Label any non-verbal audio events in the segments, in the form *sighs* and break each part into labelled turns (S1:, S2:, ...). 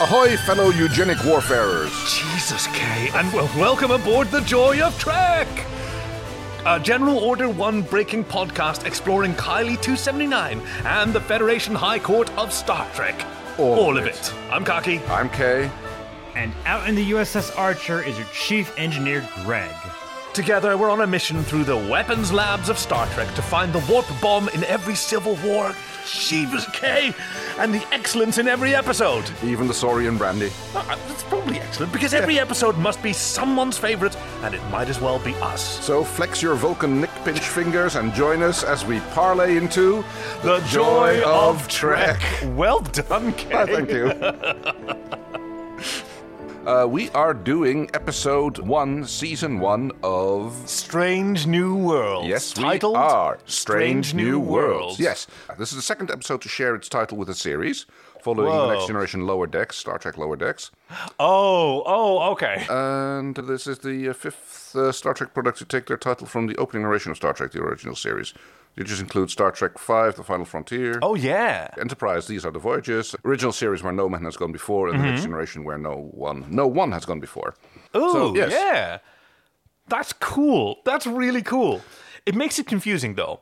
S1: Ahoy, fellow eugenic warfarers.
S2: Jesus, Kay, and well, welcome aboard the Joy of Trek! A General Order 1 breaking podcast exploring Kylie 279 and the Federation High Court of Star Trek.
S1: All of
S2: of
S1: it.
S2: it. I'm Kaki.
S1: I'm Kay.
S3: And out in the USS Archer is your chief engineer, Greg.
S2: Together, we're on a mission through the weapons labs of Star Trek to find the warp bomb in every Civil War. Jesus, Kay, and the excellence in every episode.
S1: Even the Saurian brandy.
S2: Uh, It's probably excellent because every episode must be someone's favorite, and it might as well be us.
S1: So flex your Vulcan nick pinch fingers and join us as we parlay into
S2: The
S1: joy of Trek.
S2: Well done, Kay.
S1: Ah, *laughs* thank *laughs* you. Uh, we are doing episode one, season one of.
S2: Strange New Worlds.
S1: Yes,
S2: titled
S1: we are Strange New Worlds. Yes, Uh, this is the second episode to share its title with a series, following
S2: Whoa.
S1: the Next Generation Lower Decks, Star Trek Lower Decks,
S2: Oh, oh, okay.
S1: Uh, and this is the uh, fifth uh, Star Trek product to take their title from the opening narration of Star Trek: The Original Series. It just includes Star Trek V, The Final Frontier.
S2: oh, yeah.
S1: Enterprise, these are the voyages. Original series where no man has gone before, and the
S2: Mm-hmm.
S1: next generation where no one, no one has gone before.
S2: Ooh,
S1: So, yes.
S2: yeah. That's cool. That's really cool. It makes it confusing, though.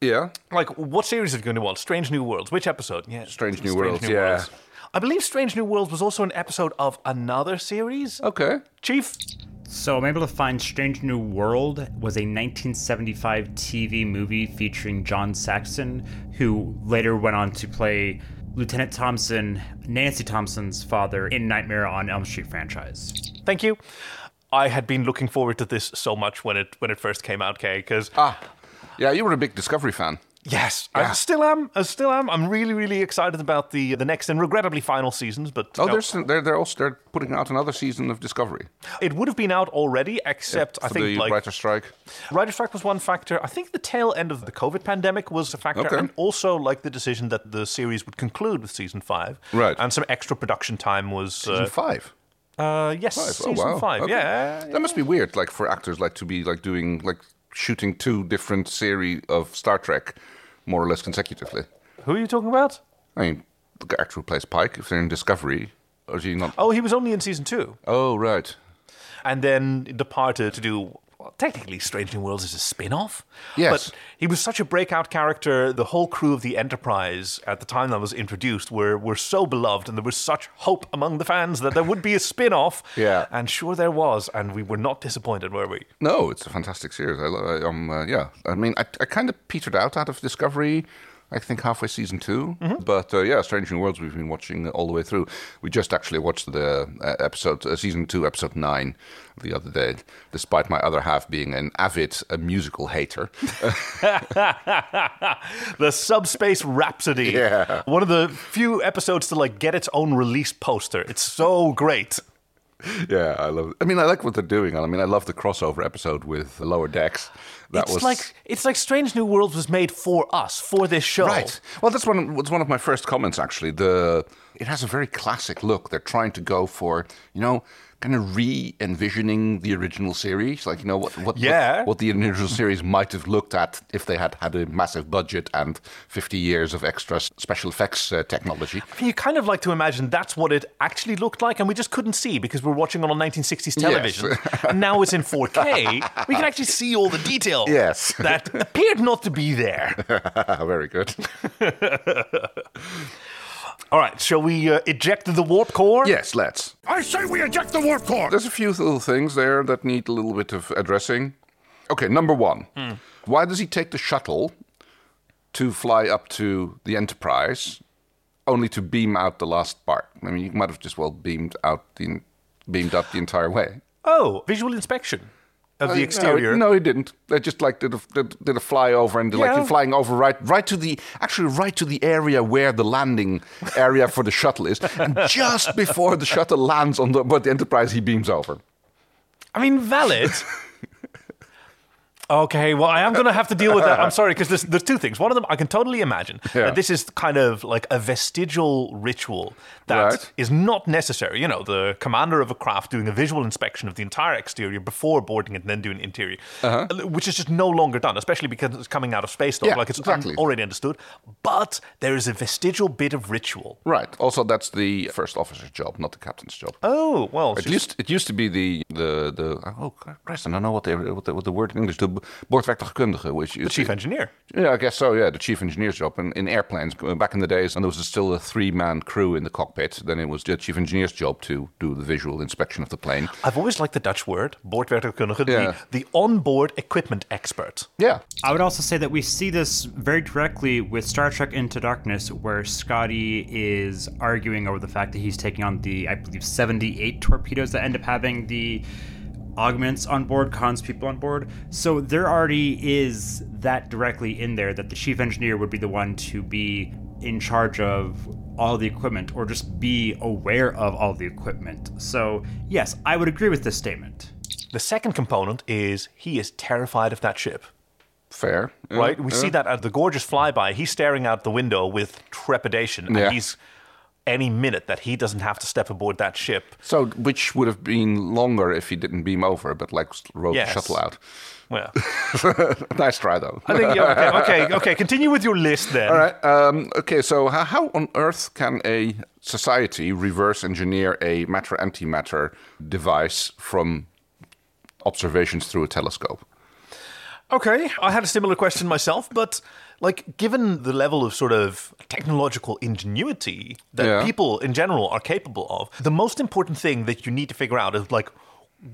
S1: Yeah,
S2: Like, what series are you going to want? Strange New Worlds. Which episode? Yeah.
S1: Strange New Worlds, yeah.
S2: I believe Strange New Worlds was also an episode of another series.
S1: okay.
S2: Chief?
S3: So I'm able to find Strange New World was a 1975 TV movie featuring John Saxon, who later went on to play Lieutenant Thompson, Nancy Thompson's father, in Nightmare on Elm Street franchise.
S2: Thank you. I had been looking forward to this so much when it when it first came out, Kay, because
S1: Ah, yeah, you were a big Discovery fan.
S2: yes, I still am. I still am. I'm really, really excited about the the next and regrettably final seasons. But
S1: Oh,
S2: no.
S1: there's they're they're also they're putting out another season of Discovery.
S2: it would have been out already, except I
S1: for
S2: think
S1: the
S2: like
S1: writer strike.
S2: Writer's strike was one factor. I think the tail end of the COVID pandemic was a factor,
S1: Okay.
S2: and also like the decision that the series would conclude with season five,
S1: Right.
S2: And some extra production time was uh,
S1: Season five.
S2: uh, yes,
S1: Five.
S2: season
S1: oh wow.
S2: five.
S1: Okay.
S2: Yeah,
S1: That must be weird, like for actors, like to be like doing like shooting two different series of Star Trek, more or less consecutively.
S2: who are you talking about?
S1: I mean, the actor who plays Pike, if they're in Discovery, or is he not?
S2: Oh, he was only in season two,
S1: Oh, right.
S2: and then departed to do. Well, technically, Strange New Worlds is a spin-off.
S1: Yes.
S2: But he was such a breakout character. The whole crew of the Enterprise at the time that was introduced were were so beloved, and there was such hope among the fans that there would be a spin-off.
S1: *laughs* Yeah.
S2: And sure there was, and we were not disappointed, were we? *laughs*
S1: No, it's a fantastic series. I, lo- I um, uh, yeah. I mean, I, I kind of petered out out of Discovery. I think halfway season 2
S2: Mm-hmm.
S1: but uh, yeah, Strange New Worlds we've been watching all the way through. We just actually watched the uh, episode, uh, season two, episode nine, the other day. Despite my other half being an avid uh, musical
S2: *laughs*
S1: hater,
S2: the Subspace Rhapsody.
S1: Yeah.
S2: One of the few episodes to like get its own release poster. It's so great.
S1: yeah, I love. I mean, I like what they're doing, and I mean, I love the crossover episode with Lower Decks. That
S2: it's
S1: was
S2: like it's like Strange New Worlds was made for us, for this show.
S1: Right. Well, that's one. Was one of my first comments actually. The it has a very classic look. They're trying to go for you know kind of re-envisioning the original series, like you know what what
S2: Yeah.
S1: what, the original series might have looked at if they had had a massive budget and fifty years of extra s- special effects uh, technology.
S2: *laughs* You kind of like to imagine that's what it actually looked like, and we just couldn't see because we're watching on a 1960s television. and now it's in 4K. We can actually see all the detail
S1: Yes.
S2: that appeared not to be there. Ah,
S1: very good.
S2: All right, shall we uh, eject the warp core?
S1: yes, let's.
S4: I say we eject the warp core.
S1: There's a few little things there that need a little bit of addressing. Okay, number one.
S4: Hmm.
S1: Why does he take the shuttle to fly up to the Enterprise only to beam out the last part? I mean, you might have just well beamed out the beamed up the entire way.
S2: Oh, visual inspection of
S1: Uh, No,
S2: the exterior.
S1: No, he didn't. They just like did a, did, did a flyover and like
S2: Yeah.
S1: you're flying over right right to the actually right to the area where the landing area for the shuttle is, and
S2: *laughs*
S1: just before the shuttle lands on the but the Enterprise, he beams over.
S2: I mean, valid. Okay, well, I am going to have to deal with that. I'm sorry, because there's, there's two things. One of them, I can totally imagine
S1: Yeah.
S2: that this is kind of like a vestigial ritual that is
S1: Right.
S2: not necessary. You know, the commander of a craft doing a visual inspection of the entire exterior before boarding it and then doing interior, uh, which is just no longer done, especially because it's coming out of space, though.
S1: Uh-huh. Yeah,
S2: like it's un-
S1: exactly.
S2: already understood. But there is a vestigial bit of ritual.
S1: Right. Also, that's the first officer's job, not the captain's job.
S2: Oh, well,
S1: It
S2: she's-
S1: used it used to be the the the oh Christ, I don't know what the what the, what the word in English the boordwerktuigkundige, which is
S2: the chief engineer.
S1: Yeah, I guess so. Yeah, the chief engineer's job in, in airplanes uh, back in the days, and there was still a three-man crew in the cockpit. Then it was the chief engineer's job to do the visual inspection of the plane.
S2: I've always liked the Dutch word, boordwerkkundige,
S1: Yeah.
S2: the, the onboard equipment expert.
S1: Yeah,
S3: I would also say that we see this very directly with Star Trek Into Darkness, where Scotty is arguing over the fact that he's taking on the, I believe, 78 torpedoes that end up having the augments on board, cons people on board. So there already is that directly in there that the chief engineer would be the one to be in charge of all the equipment or just be aware of all the equipment. So, yes, I would agree with this statement.
S2: The second component is he is terrified of that ship.
S1: fair. Yeah,
S2: Right? We see
S1: yeah.
S2: that at the gorgeous flyby. He's staring out the window with trepidation,
S1: Yeah.
S2: and he's any minute that he doesn't have to step aboard that ship.
S1: So, which would have been longer if he didn't beam over, but like rode
S2: Yes.
S1: the shuttle out. *laughs*
S2: Well,
S1: nice try though.
S2: I think yeah, okay, okay, okay. Continue with your list then.
S1: All right. *laughs* Um, okay. So, how, how on earth can a society reverse engineer a matter antimatter device from observations through a telescope?
S2: Okay, I had a similar question myself, but like given the level of sort of technological ingenuity that
S1: Yeah.
S2: people in general are capable of, the most important thing that you need to figure out is like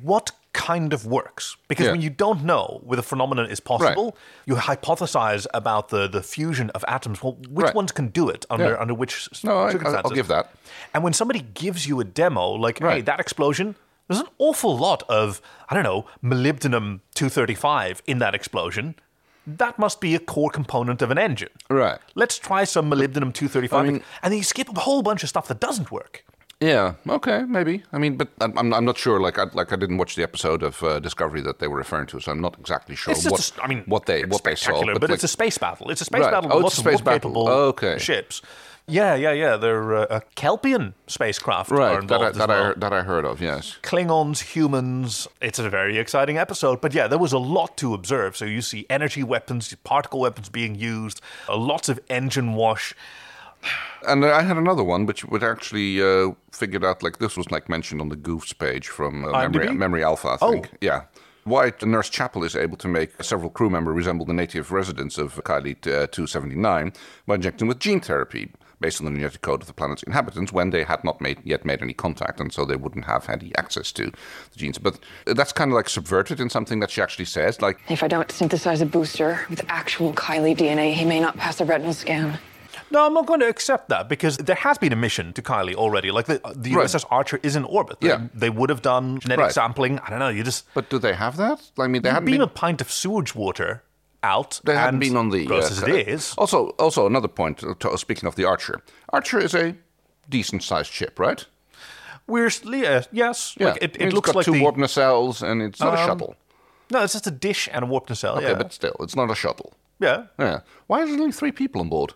S2: what kind of works because
S1: Yeah.
S2: when you don't know whether a phenomenon is possible you hypothesize about the, the fusion of atoms well which
S1: Right.
S2: ones can do it under
S1: Yeah.
S2: under which s-
S1: No, I- I'll-
S2: circumstances
S1: I'll give that.
S2: and when somebody gives you a demo, like, hey,
S1: Right.
S2: that explosion, there's an awful lot of, I don't know, molybdenum 235 in that explosion. That must be a core component of an engine.
S1: Right.
S2: Let's try some molybdenum 235.
S1: I mean-
S2: and then you skip a whole bunch of stuff that doesn't work.
S1: Yeah. Okay. Maybe. I mean, but I'm, I'm- I'm not sure. Like, I, like I didn't watch the episode of uh, Discovery that they were referring to, so I'm not exactly sure
S2: It's just,
S1: what
S2: a s- I mean,
S1: what they
S2: it's
S1: what they saw.
S2: spectacular, But,
S1: like-
S2: it's a space battle. It's a space
S1: Right.
S2: battle
S1: Oh,
S2: with
S1: it's
S2: lots
S1: a
S2: of
S1: space
S2: war
S1: battle.
S2: capable
S1: Okay.
S2: ships. Yeah, yeah, yeah. They're uh, uh, Kelpian spacecraft are
S1: right that I,
S2: involved
S1: that,
S2: as
S1: I,
S2: well.
S1: heard- that I heard of. Yes.
S2: Klingons, humans. It's a very exciting episode. But yeah, there was a lot to observe. So you see energy weapons, particle weapons being used, uh, lots of engine wash.
S1: And I had another one, which would actually uh, figured out like this was like mentioned on the Goofs page from uh, Memory,
S2: IMDb?
S1: Memory Alpha. I
S2: Oh.
S1: think. yeah. Why the Nurse Chapel is able to make several crew members resemble the native residents of Kylie uh, 279 by injecting with gene therapy based on the genetic code of the planet's inhabitants when they had not made, yet made any contact and so they wouldn't have had any access to the genes. But that's kind of like subverted in something that she actually says. Like,
S5: If I don't synthesize a booster with actual Kylie DNA, he may not pass the retinal scan.
S2: No, I'm not going to accept that because there has been a mission to Kylie already. Like the, uh, the
S1: Right.
S2: USS Archer is in orbit. They,
S1: Yeah.
S2: they would have done genetic
S1: Right.
S2: sampling. I don't know. You just
S1: but do they have that? I mean, they hadn't
S2: beam
S1: been
S2: a pint of sewage water out.
S1: They
S2: and
S1: hadn't been on the.
S2: gross
S1: uh,
S2: as
S1: co-
S2: it is.
S1: Also, also another point. uh, To, speaking of the Archer, Archer is a decent-sized ship, right?
S2: We're s- yeah, yes.
S1: I mean,
S2: Like it, it
S1: it's
S2: looks
S1: got
S2: like
S1: two
S2: the,
S1: warp nacelles, and it's not a
S2: Um,
S1: shuttle.
S2: no, it's just a dish and a warp nacelle.
S1: Okay,
S2: yeah,
S1: but still, it's not a shuttle.
S2: yeah.
S1: Yeah. Why is there only three people on board?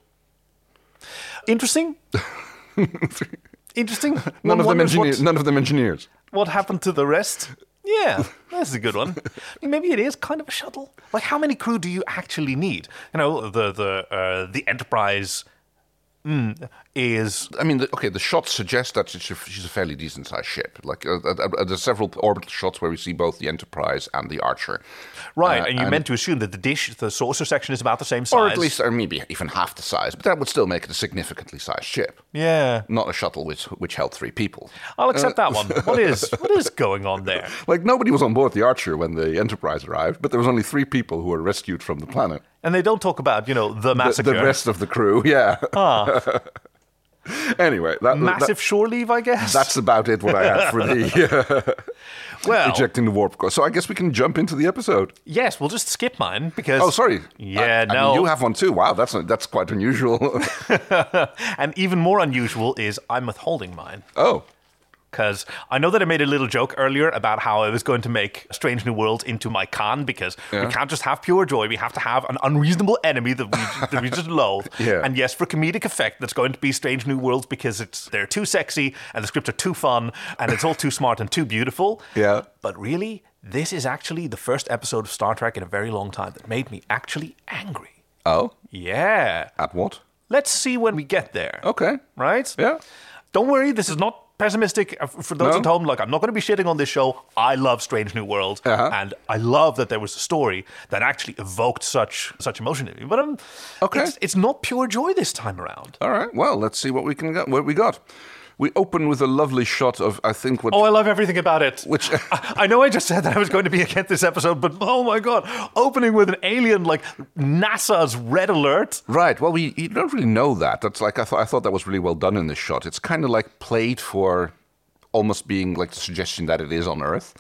S1: *laughs*
S2: Interesting. Interesting. None
S1: None of them
S2: engineers.
S1: engineers. None of them engineers.
S2: what happened to the rest? Yeah, that's a good one. Maybe it is kind of a shuttle. Like, how many crew do you actually need? You know, the the uh, the Enterprise mm, is
S1: I mean, the, okay, the shots suggest that she's a, she's a fairly decent-sized ship. Like, uh, uh, uh, there's several orbital shots where we see both the Enterprise and the Archer.
S2: right,
S1: Uh,
S2: and you meant to assume that the dish, the saucer section, is about the same size,
S1: Or at least, or maybe even half the size, but that would still make it a significantly sized ship.
S2: Yeah,
S1: Not a shuttle which which held three people.
S2: I'll accept that one. What is what is going on there?
S1: Like nobody was on board the Archer when the Enterprise arrived, but there was only three people who were rescued from the planet.
S2: And they don't talk about you know the
S1: The,
S2: massacre,
S1: the rest of the crew, *laughs* yeah.
S2: Ah.
S1: anyway, that,
S2: massive shore leave, I guess.
S1: that- that's about it. What I had for
S2: *laughs*
S1: the uh,
S2: well,
S1: ejecting the warp core. So I guess we can jump into the episode.
S2: yes, we'll just skip mine because
S1: Oh, sorry.
S2: Yeah,
S1: I- I mean,
S2: no.
S1: you have one too. Wow, that's that's quite unusual. *laughs*
S2: *laughs* and even more unusual is I'm withholding mine.
S1: oh,
S2: Because I know that I made a little joke earlier about how I was going to make Strange New Worlds into my con because we can't just have pure joy. We have to have an unreasonable enemy that we, that we just loathe.
S1: *laughs* Yeah.
S2: And yes, for comedic effect, that's going to be Strange New Worlds because it's they're too sexy and the scripts are too fun and it's all too smart and too beautiful.
S1: Yeah.
S2: But really, this is actually the first episode of Star Trek in a very long time that made me actually angry.
S1: Oh,
S2: Yeah.
S1: at what?
S2: Let's see when we get there.
S1: Okay.
S2: Right?
S1: Yeah.
S2: Don't worry, this is not pessimistic. Uh, For those
S1: No.
S2: at home, like, I'm not going to be shitting on this show. I love Strange New World.
S1: Uh-huh.
S2: And I love that there was a story that actually evoked such such emotion in me. But um,
S1: Okay.
S2: it's, it's not pure joy this time around.
S1: All right. Well, let's see what we can get. What we got? We open with a lovely shot of I think what
S2: Oh, I love everything about it.
S1: Which-
S2: *laughs* I, I know I just said that I was going to be against this episode, but oh my god, opening with an alien like NASA's red alert.
S1: Right. Well, we you don't really know that. That's like I thought. I thought that was really well done in this shot. It's kind of like played for, almost being like the suggestion that it is on Earth.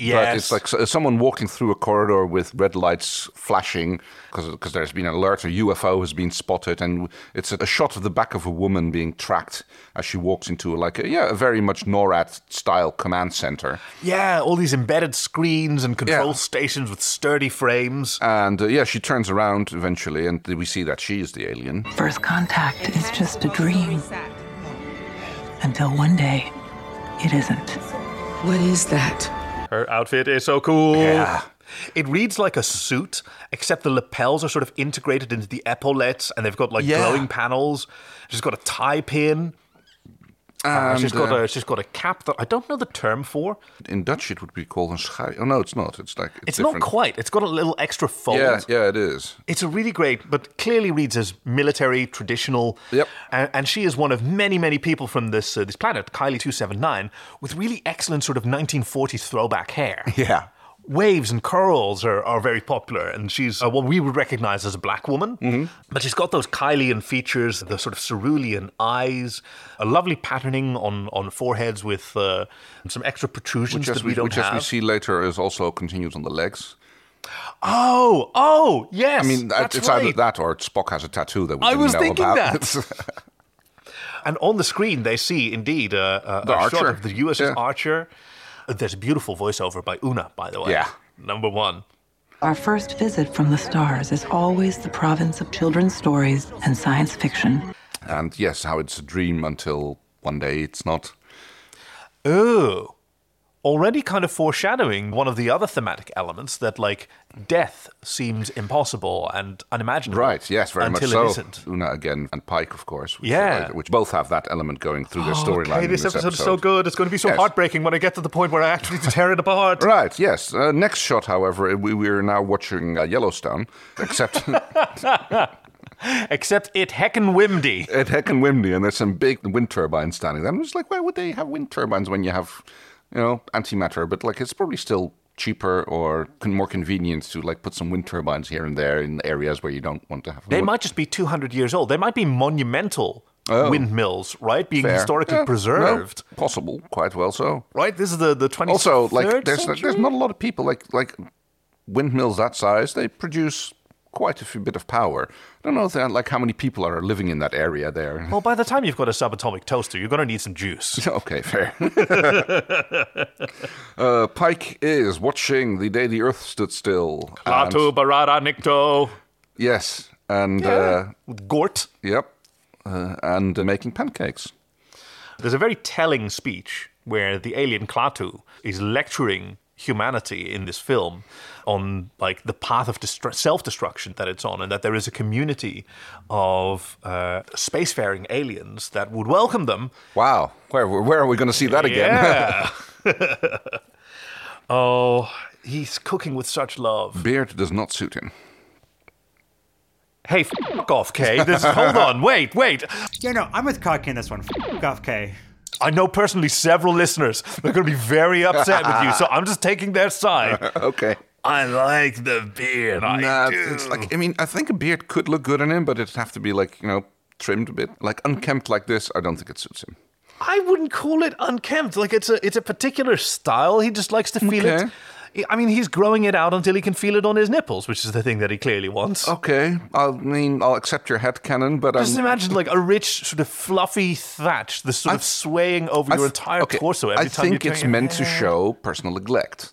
S1: But
S2: Yes.
S1: it's like s- uh, someone walking through a corridor with red lights flashing because there's been an alert, a UFO has been spotted, and it's a, a shot of the back of a woman being tracked as she walks into like a, yeah, a very much NORAD style command center.
S2: Yeah, all these embedded screens and control
S1: Yeah.
S2: stations with sturdy frames.
S1: And uh, yeah, she turns around eventually, and we see that she is the alien.
S6: First contact is just a dream until one day it isn't.
S7: What is that?
S2: Her outfit is so cool.
S1: Yeah.
S2: It reads like a suit, except the lapels are sort of integrated into the epaulettes, and they've got like
S1: Yeah.
S2: glowing panels. She's got a tie pin. Uh, she's got a she's got a cap that I don't know the term for.
S1: In Dutch, it would be called een schaai. Oh no, it's not. It's like
S2: It's
S1: different.
S2: not quite. It's got a little extra fold.
S1: Yeah, yeah, it is.
S2: It's a really great, but clearly reads as military, traditional.
S1: Yep.
S2: And, and she is one of many, many people from this uh, this planet, Kylie two seven nine, with really excellent sort of nineteen forties throwback hair.
S1: *laughs* Yeah.
S2: Waves and curls are, are very popular, and she's uh, what we would recognize as a black woman.
S1: Mm-hmm.
S2: But she's got those Kylian features, the sort of cerulean eyes, a lovely patterning on, on foreheads with uh, some extra protrusions
S1: Which, as
S2: that we
S1: we,
S2: don't
S1: which
S2: have.
S1: as we see later, is also continued on the legs.
S2: Oh, oh, yes.
S1: I mean,
S2: that's
S1: it's
S2: right.
S1: either that or Spock has a tattoo that we
S2: I
S1: didn't
S2: was
S1: know
S2: thinking
S1: about.
S2: that. And on the screen, they see indeed uh, uh,
S1: The
S2: a shot
S1: Archer.
S2: of the USS
S1: Yeah.
S2: Archer. Uh, There's a beautiful voiceover by Una, by the way.
S1: Yeah.
S2: Number one.
S6: Our first visit from the stars is always the province of children's stories and science fiction.
S1: *laughs* and yes, how it's a dream until one day it's not.
S2: Ooh. Already kind of foreshadowing one of the other thematic elements that, like, death seems impossible and unimaginable.
S1: Right, yes, very
S2: until
S1: much so.
S2: it isn't.
S1: Una again and Pike, of course. Which uh,
S2: Yeah. Oh,
S1: Which both have that element going through their storyline.
S2: Okay,
S1: in
S2: this episode is so good. It's going to be so
S1: Yes.
S2: heartbreaking when I get to the point where I actually tear it
S1: *laughs*
S2: apart.
S1: Right, yes. Uh, next shot, however, we, we are now watching uh, Yellowstone,
S2: *laughs*
S1: except
S2: Except it heckin' whimdy.
S1: at Heck and Wimney, and there's some big wind turbines standing there. I'm just like, why would they have wind turbines when you have, you know, antimatter? But like, it's probably still cheaper or con- more convenient to like put some wind turbines here and there in areas where you don't want to have.
S2: They
S1: wood.
S2: might just be 200 years old. They might be monumental
S1: Oh.
S2: windmills, right? Being
S1: Fair.
S2: historically
S1: Yeah,
S2: preserved.
S1: well, possible, quite well so.
S2: Right? This is the, the 20th
S1: Also, like, there's not, there's not a lot of people like like windmills that size. They produce quite a few bit of power. I don't know if they're, like how many people are living in that area there.
S2: Well, by the time you've got a subatomic toaster, you're going to need some
S1: *laughs*
S2: juice.
S1: Okay, fair. uh, Pike is watching the day the Earth stood still. and-
S2: Latu Barada Nikto.
S1: yes, and uh,
S2: With Gort.
S1: yep, uh, and uh, making pancakes.
S2: There's a very telling speech where the alien Klaatu is lecturing humanity in this film on like the path of destru- self-destruction that it's on and that there is a community of uh, spacefaring aliens that would welcome them
S1: Wow, where where are we going to see that again?
S2: Yeah. oh, he's cooking with such
S1: *laughs*
S2: love.
S1: Beard does not suit him.
S2: Hey, fuck off, Kay. This
S1: *laughs*
S2: hold on, wait, wait.
S3: Yeah, no, I'm with Cocky in this one. F off, Kay.
S2: I know personally several listeners. They're going to be very upset
S1: *laughs*
S2: with you, so I'm just taking their side.
S1: Okay.
S2: I like the beard. I
S1: Nah,
S2: do.
S1: Uh, it's like I mean, I think a beard could look good on him, but it'd have to be like you know trimmed a bit, like unkempt like this. I don't think it suits him.
S2: I wouldn't call it unkempt. Like it's a it's a particular style. He just likes to feel
S1: Okay.
S2: it. I mean, he's growing it out until he can feel it on his nipples, which is the thing that he clearly wants.
S1: Okay, I mean, I'll accept your headcanon, but
S2: Just
S1: I'm,
S2: imagine like a rich, sort of fluffy thatch, the sort of
S1: I've-
S2: swaying over your
S1: th-
S2: entire
S1: okay,
S2: torso every
S1: I
S2: time
S1: think
S2: you
S1: it's
S2: turn your
S1: meant to
S2: head.
S1: show personal neglect.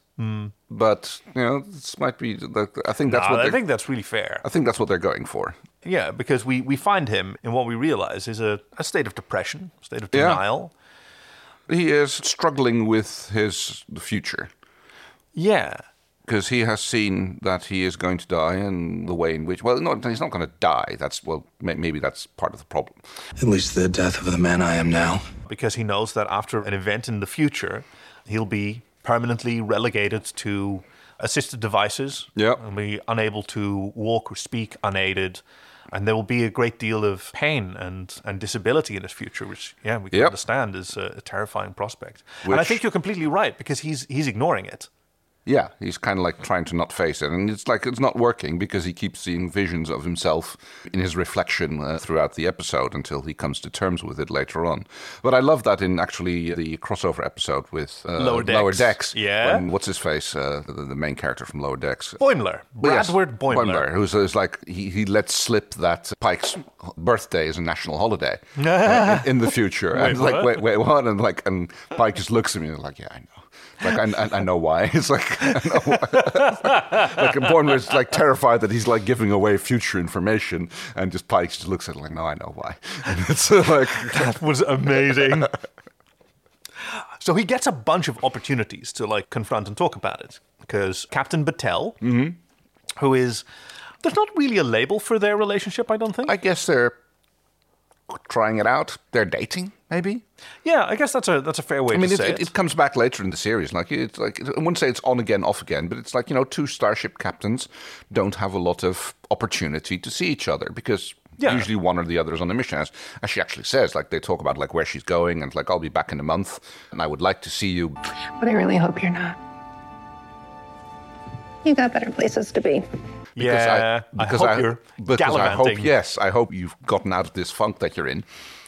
S1: But you know, this might be. like, I think that's
S2: Nah,
S1: what
S2: Ah, I
S1: they're-
S2: think that's really fair.
S1: I think that's what they're going for.
S2: Yeah, because we, we find him in what we realize is a, a state of depression, state of
S1: Yeah.
S2: denial.
S1: He is struggling with his future
S2: Yeah.
S1: because he has seen that he is going to die, and the way in which. Well, no, he's not going to die. That's well, may, maybe that's part of the problem.
S8: At least the death of the man I am now.
S2: Because he knows that after an event in the future, he'll be permanently relegated to assisted devices.
S1: Yeah.
S2: And be unable to walk or speak unaided. And there will be a great deal of pain and, and disability in his future, which, yeah, we can
S1: Yep.
S2: understand is a, a terrifying prospect. and I
S1: Which-
S2: think you're completely right because he's, he's ignoring it.
S1: Yeah, he's kind of like trying to not face it, and it's like it's not working because he keeps seeing visions of himself in his reflection uh, throughout the episode until he comes to terms with it later on. But I love that in actually the crossover episode with uh,
S2: Lower Decks. Yeah.
S1: when- what's his face, uh, the, the main character from Lower Decks,
S2: Boimler.
S1: Well, yes,
S2: Bradward Boimler.
S1: who's, who's like he, he lets slip that Pike's birthday is a national
S2: *laughs*
S1: holiday uh, in, in the future, and like
S2: what?
S1: wait, wait, what? And like, and Pike just looks at me and like, yeah, I know. Like I, I, I know why. *laughs* It's like I know why. *laughs* like Bournemouth's like terrified that he's like giving away future information, and just Pike just looks at him like, no, I know why. *laughs* And it's uh, like
S2: That was amazing. *laughs* so he gets a bunch of opportunities to like confront and talk about it because Captain Battelle,
S1: Mm-hmm.
S2: who is there's not really a label for their relationship, I don't think.
S1: I guess they're trying it out. They're dating, maybe.
S2: yeah, I guess that's a that's a fair way
S1: I mean,
S2: to
S1: it,
S2: say
S1: it,
S2: it.
S1: it comes back later in the series. Like it's like I wouldn't say it's on again, off again, but it's like you know, two starship captains don't have a lot of opportunity to see each other because
S2: Yeah.
S1: usually one or the other is on a mission. As, as she actually says, like they talk about like where she's going and like I'll be back in a month and I would like to see you.
S9: But I really hope you're not. You got better places to be.
S1: Because I-
S2: yeah, I,
S1: because
S2: hope
S1: I-
S2: you're
S1: because I
S2: gallivanting.
S1: hope yes, I hope you've gotten out of this funk that you're in,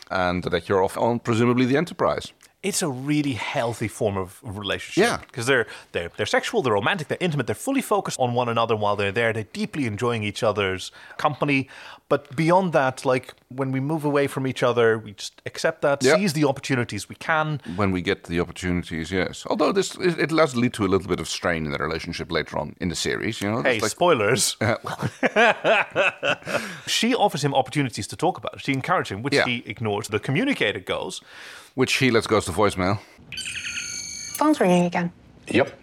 S1: and that you're off on presumably the Enterprise.
S2: It's a really healthy form of of relationship.
S1: Yeah.
S2: because they're they're they're sexual, they're romantic, they're intimate, they're fully focused on one another while they're there. They're deeply enjoying each other's company. But beyond that, like when we move away from each other, we just accept that,
S1: Yeah.
S2: seize the opportunities we can.
S1: when we get the opportunities, yes. Although this it, it does lead to a little bit of strain in the relationship later on in the series, you know.
S2: Hey,
S1: it's like- *laughs*
S2: spoilers. she offers him opportunities to talk about it. She encourages him, which
S1: Yeah.
S2: he ignores. The communicator goes,
S1: which he lets goes to voicemail *laughs*
S9: Phone's ringing again.
S8: Yep.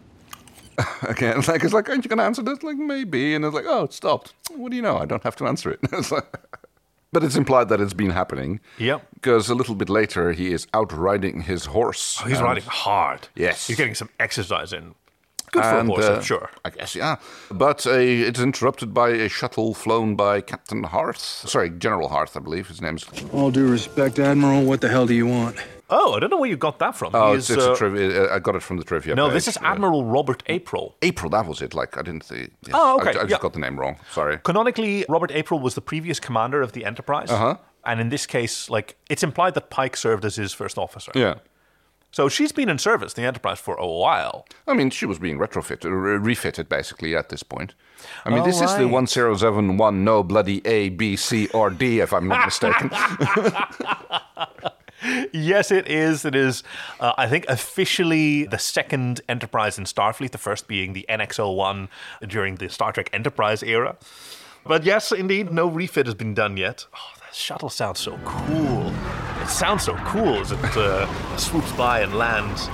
S1: again. Like it's like, aren't you going to answer this? Like maybe, and it's like, oh, it stopped. What do you know? I don't have to answer it. *laughs* It's like- but it's implied that it's been happening.
S2: Yep.
S1: Because a little bit later, he is out riding his horse.
S2: Oh, He's
S1: and-
S2: riding hard.
S1: Um, Yes.
S2: He's getting some exercise in. Good for a
S1: and,
S2: horse,
S1: uh,
S2: I'm sure.
S1: I guess, yeah. But uh, it's interrupted by a shuttle flown by Captain Hearth. Sorry, General Hearth, I believe his name's.
S8: All due respect, Admiral, what the hell do you want?
S2: Oh, I don't know where you got that from.
S1: Oh,
S2: He
S1: it's,
S2: is,
S1: it's a
S2: uh,
S1: trivia. I got it from the trivia.
S2: No, this
S1: page.
S2: is
S1: Uh,
S2: Admiral Robert April.
S1: April, that was it. Like I didn't see. yes.
S2: Oh,
S1: I,
S2: okay,
S1: I just
S2: yeah.
S1: got the name wrong. Sorry.
S2: Canonically, Robert April was the previous commander of the Enterprise. Uh-huh. And in this case, like it's implied that Pike served as his first officer.
S1: Yeah.
S2: So she's been in service, the Enterprise, for a while.
S1: I mean, she was being retrofitted, uh, re- refitted basically at this point. I mean,
S2: Oh,
S1: this is the
S2: right.
S1: 1071, no bloody A, B, C, or D, if I'm not
S2: *laughs*
S1: mistaken.
S2: Yes, it is. It is, uh, I think, officially the second Enterprise in Starfleet, the first being the NX-01 during the Star Trek Enterprise era. But yes, indeed, no refit has been done yet. Oh, that shuttle sounds so cool. It sounds so cool as it uh, swoops by and lands.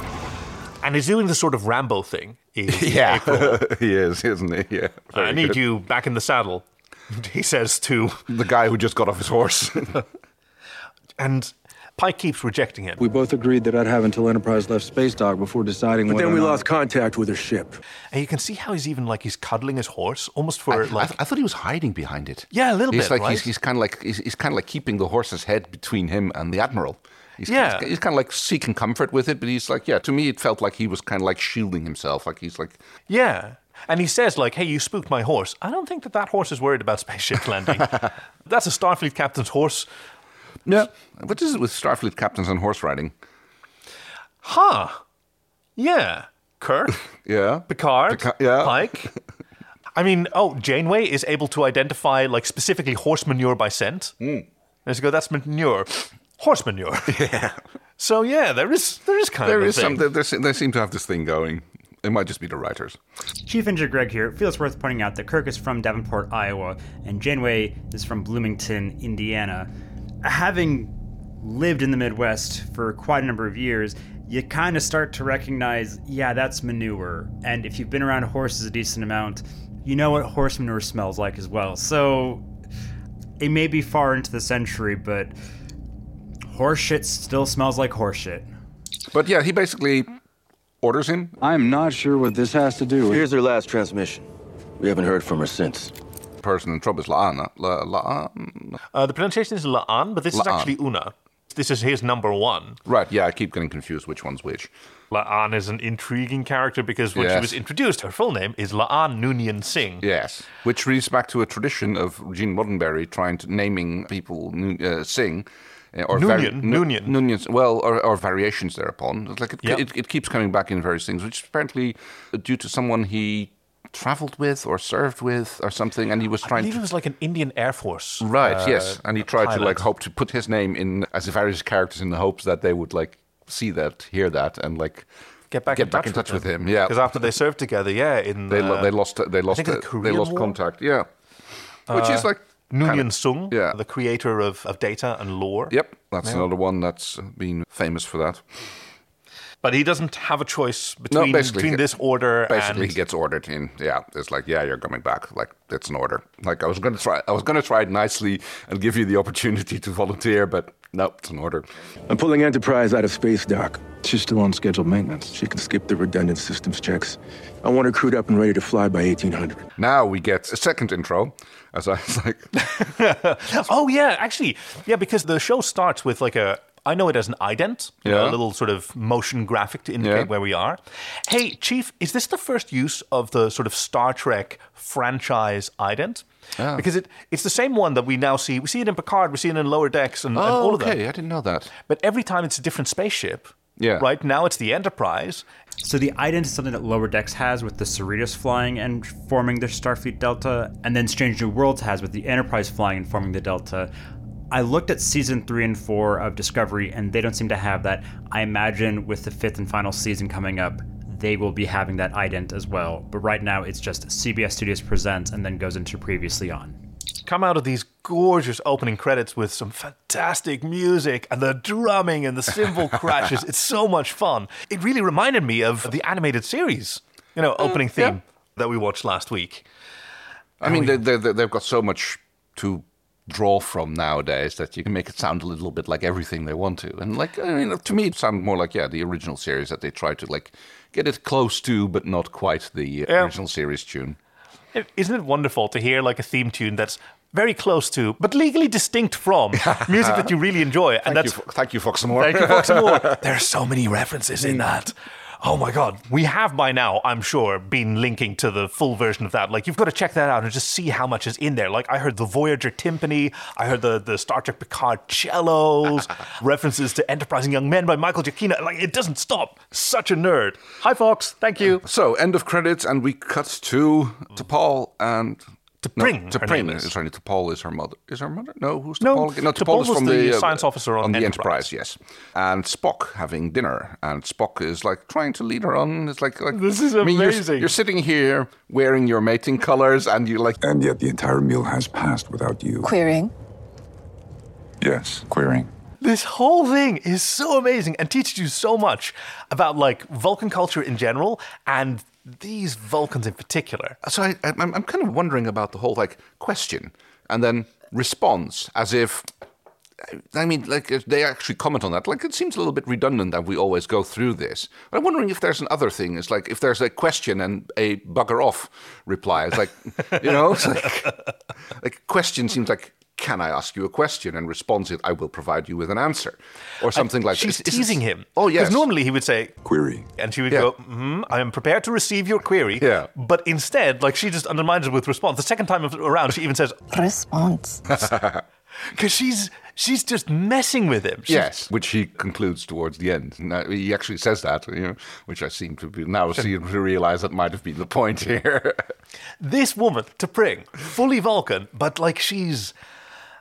S2: And it's doing the sort of
S1: *laughs*
S2: Rambo thing. is April.
S1: he is, isn't he? Yeah.
S2: I
S1: Very
S2: need
S1: good.
S2: you back in the saddle, *laughs* he says to.
S1: The guy who just got off his horse.
S2: And Pike keeps rejecting him.
S8: We both agreed that I'd have until Enterprise left Space Dock before deciding
S10: But
S8: whether
S10: then we
S8: or not-
S10: lost contact with her ship.
S2: And you can see how he's even like he's cuddling his horse, almost for
S1: I,
S2: like.
S1: I thought he was hiding behind it.
S2: Yeah, a little
S1: he's
S2: bit,
S1: Like,
S2: right?
S1: He's, he's kind of like he's, he's kind of like keeping the horse's head between him and the admiral. He's,
S2: Yeah.
S1: he's, kind of like seeking comfort with it, but he's like, yeah. To me, it felt like he was kind of like shielding himself. Like he's like,
S2: Yeah. And he says, like, hey, you spooked my horse. I don't think that that horse is worried about *laughs* spaceship landing. That's a Starfleet captain's horse.
S1: no. What is it with Starfleet captains and horse riding?
S2: Huh. Yeah. Kirk,
S1: *laughs* Yeah.
S2: Picard,
S1: Pica- yeah. *laughs*
S2: Pike. I mean, oh, Janeway is able to identify like specifically horse manure by scent.
S1: Hmm.
S2: And she go, that's manure, horse
S1: *laughs*
S2: manure. Yeah. So yeah, there is there is kind
S1: There
S2: of a
S1: is
S2: thing.
S1: some. They, they se- they seem to have this thing going. It might just be the writers.
S3: Chief Engineer Greg here. Feels worth pointing out that Kirk is from Davenport, Iowa, and Janeway is from Bloomington, Indiana. Having lived in the Midwest for quite a number of years, you kind of start to recognize, yeah, that's manure. And if you've been around horses a decent amount, you know what horse manure smells like as well. So it may be far into the century, but horseshit still smells like horseshit.
S1: But yeah, he basically orders him.
S11: I'm not sure what this has to do with.
S12: Here's her last transmission. We haven't heard from her since.
S1: Person in trouble is Laana. La, la, um,
S2: Uh, the pronunciation is Laan, but this is
S1: Laan.
S2: actually Una. This is his number one.
S1: right. Yeah, I keep getting confused which one's which.
S2: Laan is an intriguing character because when she
S1: Yes.
S2: was introduced, her full name is Laan Noonien Singh.
S1: Yes, which leads back to a tradition of Gene Roddenberry trying to naming people Nu- uh, Singh. uh, Or
S2: Noonien,
S1: nu-
S2: Noonien.
S1: Noonien's- well, or, or variations thereupon. It's Like it,
S2: Yeah.
S1: it, it keeps coming back in various things, which is apparently due to someone he travelled with or served with or something, and he was
S2: I
S1: trying
S2: believe it
S1: to.
S2: was like an Indian Air Force.
S1: Right.
S2: uh,
S1: yes, and he tried to like
S2: pilot.
S1: hope to put his name in as the various characters in the hopes that they would like see that, hear that, and like
S2: get back,
S1: get back in touch with him. Yeah,
S2: Because after they served together, yeah, in
S1: they, lo-
S2: uh,
S1: they lost they lost
S2: think of the
S1: uh, they
S2: Korean
S1: lost
S2: War? Uh,
S1: contact. Yeah, which is like
S2: Noonien
S1: kind of-
S2: Sung,
S1: yeah.
S2: the creator of, of data and lore.
S1: Yep, that's another one that's been famous for that.
S2: But he doesn't have a choice between,
S1: basically
S2: between
S1: he-
S2: this order
S1: Basically,
S2: and
S1: he gets ordered in. Yeah, it's like, yeah, you're coming back. Like it's an order. Like I was gonna try, I was gonna try it nicely and give you the opportunity to volunteer, but no, it's an order.
S12: I'm pulling Enterprise out of space dock.
S11: She's still on scheduled maintenance.
S12: She can skip the redundant systems checks. I want her crewed up and ready to fly by 1800.
S1: Now we get a second intro. As I was like,
S2: Oh yeah, actually, yeah, because the show starts with like a I know it as an ident, you know,
S1: Yeah.
S2: a little sort of motion graphic to indicate
S1: Yeah.
S2: where we are. Hey, Chief, is this the first use of the sort of Star Trek franchise ident? Because it, it's the same one that we now see. We see it in Picard, we see it in Lower Decks, and, and all
S1: oh,
S2: of that.
S1: okay, I didn't know that.
S2: But every time it's a different spaceship.
S1: Yeah.
S2: Right now it's the Enterprise.
S3: So the ident is something that Lower Decks has with the Cerritos flying and forming the Starfleet Delta, and then Strange New Worlds has with the Enterprise flying and forming the Delta. I looked at season three and four of Discovery, and they don't seem to have that. I imagine with the fifth and final season coming up, they will be having that ident as well. But right now, it's just CBS Studios presents, and then goes into previously on.
S2: Come out of these gorgeous opening credits with some fantastic music and the drumming and the
S1: *laughs*
S2: cymbal crashes. It's so much fun. It really reminded me of the animated series, you
S1: Mm,
S2: know, opening theme that we watched last week.
S1: I mean, they, they, they- they've got so much to draw from nowadays that you can make it sound a little bit like everything they want to. And like, I mean, to me, it sounded more like yeah, the original series that they tried to like get it close to, but not quite the
S2: Yeah.
S1: original series tune.
S2: is Isn't it wonderful to hear like a theme tune that's very close to, but legally distinct
S1: *laughs*
S2: from music that you really enjoy? And
S1: Thank
S2: that's
S1: you, Fo- thank you, Fox Moore.
S2: Thank you, *laughs* Fox and Moore. There are so many references in that. Oh my God. We have by now, I'm sure, been linking to the full version of that. Like, you've got to check that out and just see how much is in there. Like, I heard the Voyager timpani, I heard the, the Star Trek Picard *laughs* cellos, references to Enterprising Young Men by Michael Giacchino. Like, it doesn't stop. Such a nerd. Hi, Fox. Thank you.
S1: So, end of credits, and we cut to to Paul and. To
S2: Pring,
S1: to
S2: Mm-hmm. her
S1: Pring.
S2: name is.
S1: Sorry, to Paul is her mother. Is her mother? No, who's to
S2: No,
S1: Paul? again? No, to
S2: to
S1: Paul
S2: Paul
S1: is
S2: was
S1: from
S2: the
S1: the uh,
S2: science officer on
S1: the Enterprise.
S2: Enterprise.
S1: Yes, and Spock having dinner, and Spock is like trying to lead her on. It's like, like
S2: This is
S1: I mean, you're-
S2: amazing.
S1: You're, sitting here wearing your mating colors, and you like
S8: And yet the entire meal has passed without you.
S13: Querying.
S8: Yes, querying.
S2: This whole thing is so amazing and teaches you so much about, like, Vulcan culture in general and these Vulcans in particular.
S1: so I, I'm, I'm kind of wondering about the whole like question and then response as if I mean, like if they actually comment on that. Like it seems a little bit redundant that we always go through this. But I'm wondering if there's another thing. It's like if there's a question and a bugger off reply. It's like *laughs* you know, it's like, like question seems like can I ask you a question and response is I will provide you with an answer or something like
S2: She's
S1: that. Is- is-
S2: teasing him.
S1: Oh yes,
S2: Because normally he would say,
S8: Query.
S2: and she would
S1: Yeah.
S2: go, mm, I am prepared to receive your query.
S1: Yeah.
S2: But instead, like, she just undermines it with response. The second time around, she even says,
S14: Response.
S2: Because she's she's just messing with him. She's-
S1: yes, which he concludes towards the end. And that- he actually says that, you know, which I seem to be now seem to realize that might have been the point *laughs* here.
S2: This woman, to Pring, fully Vulcan, but like she's,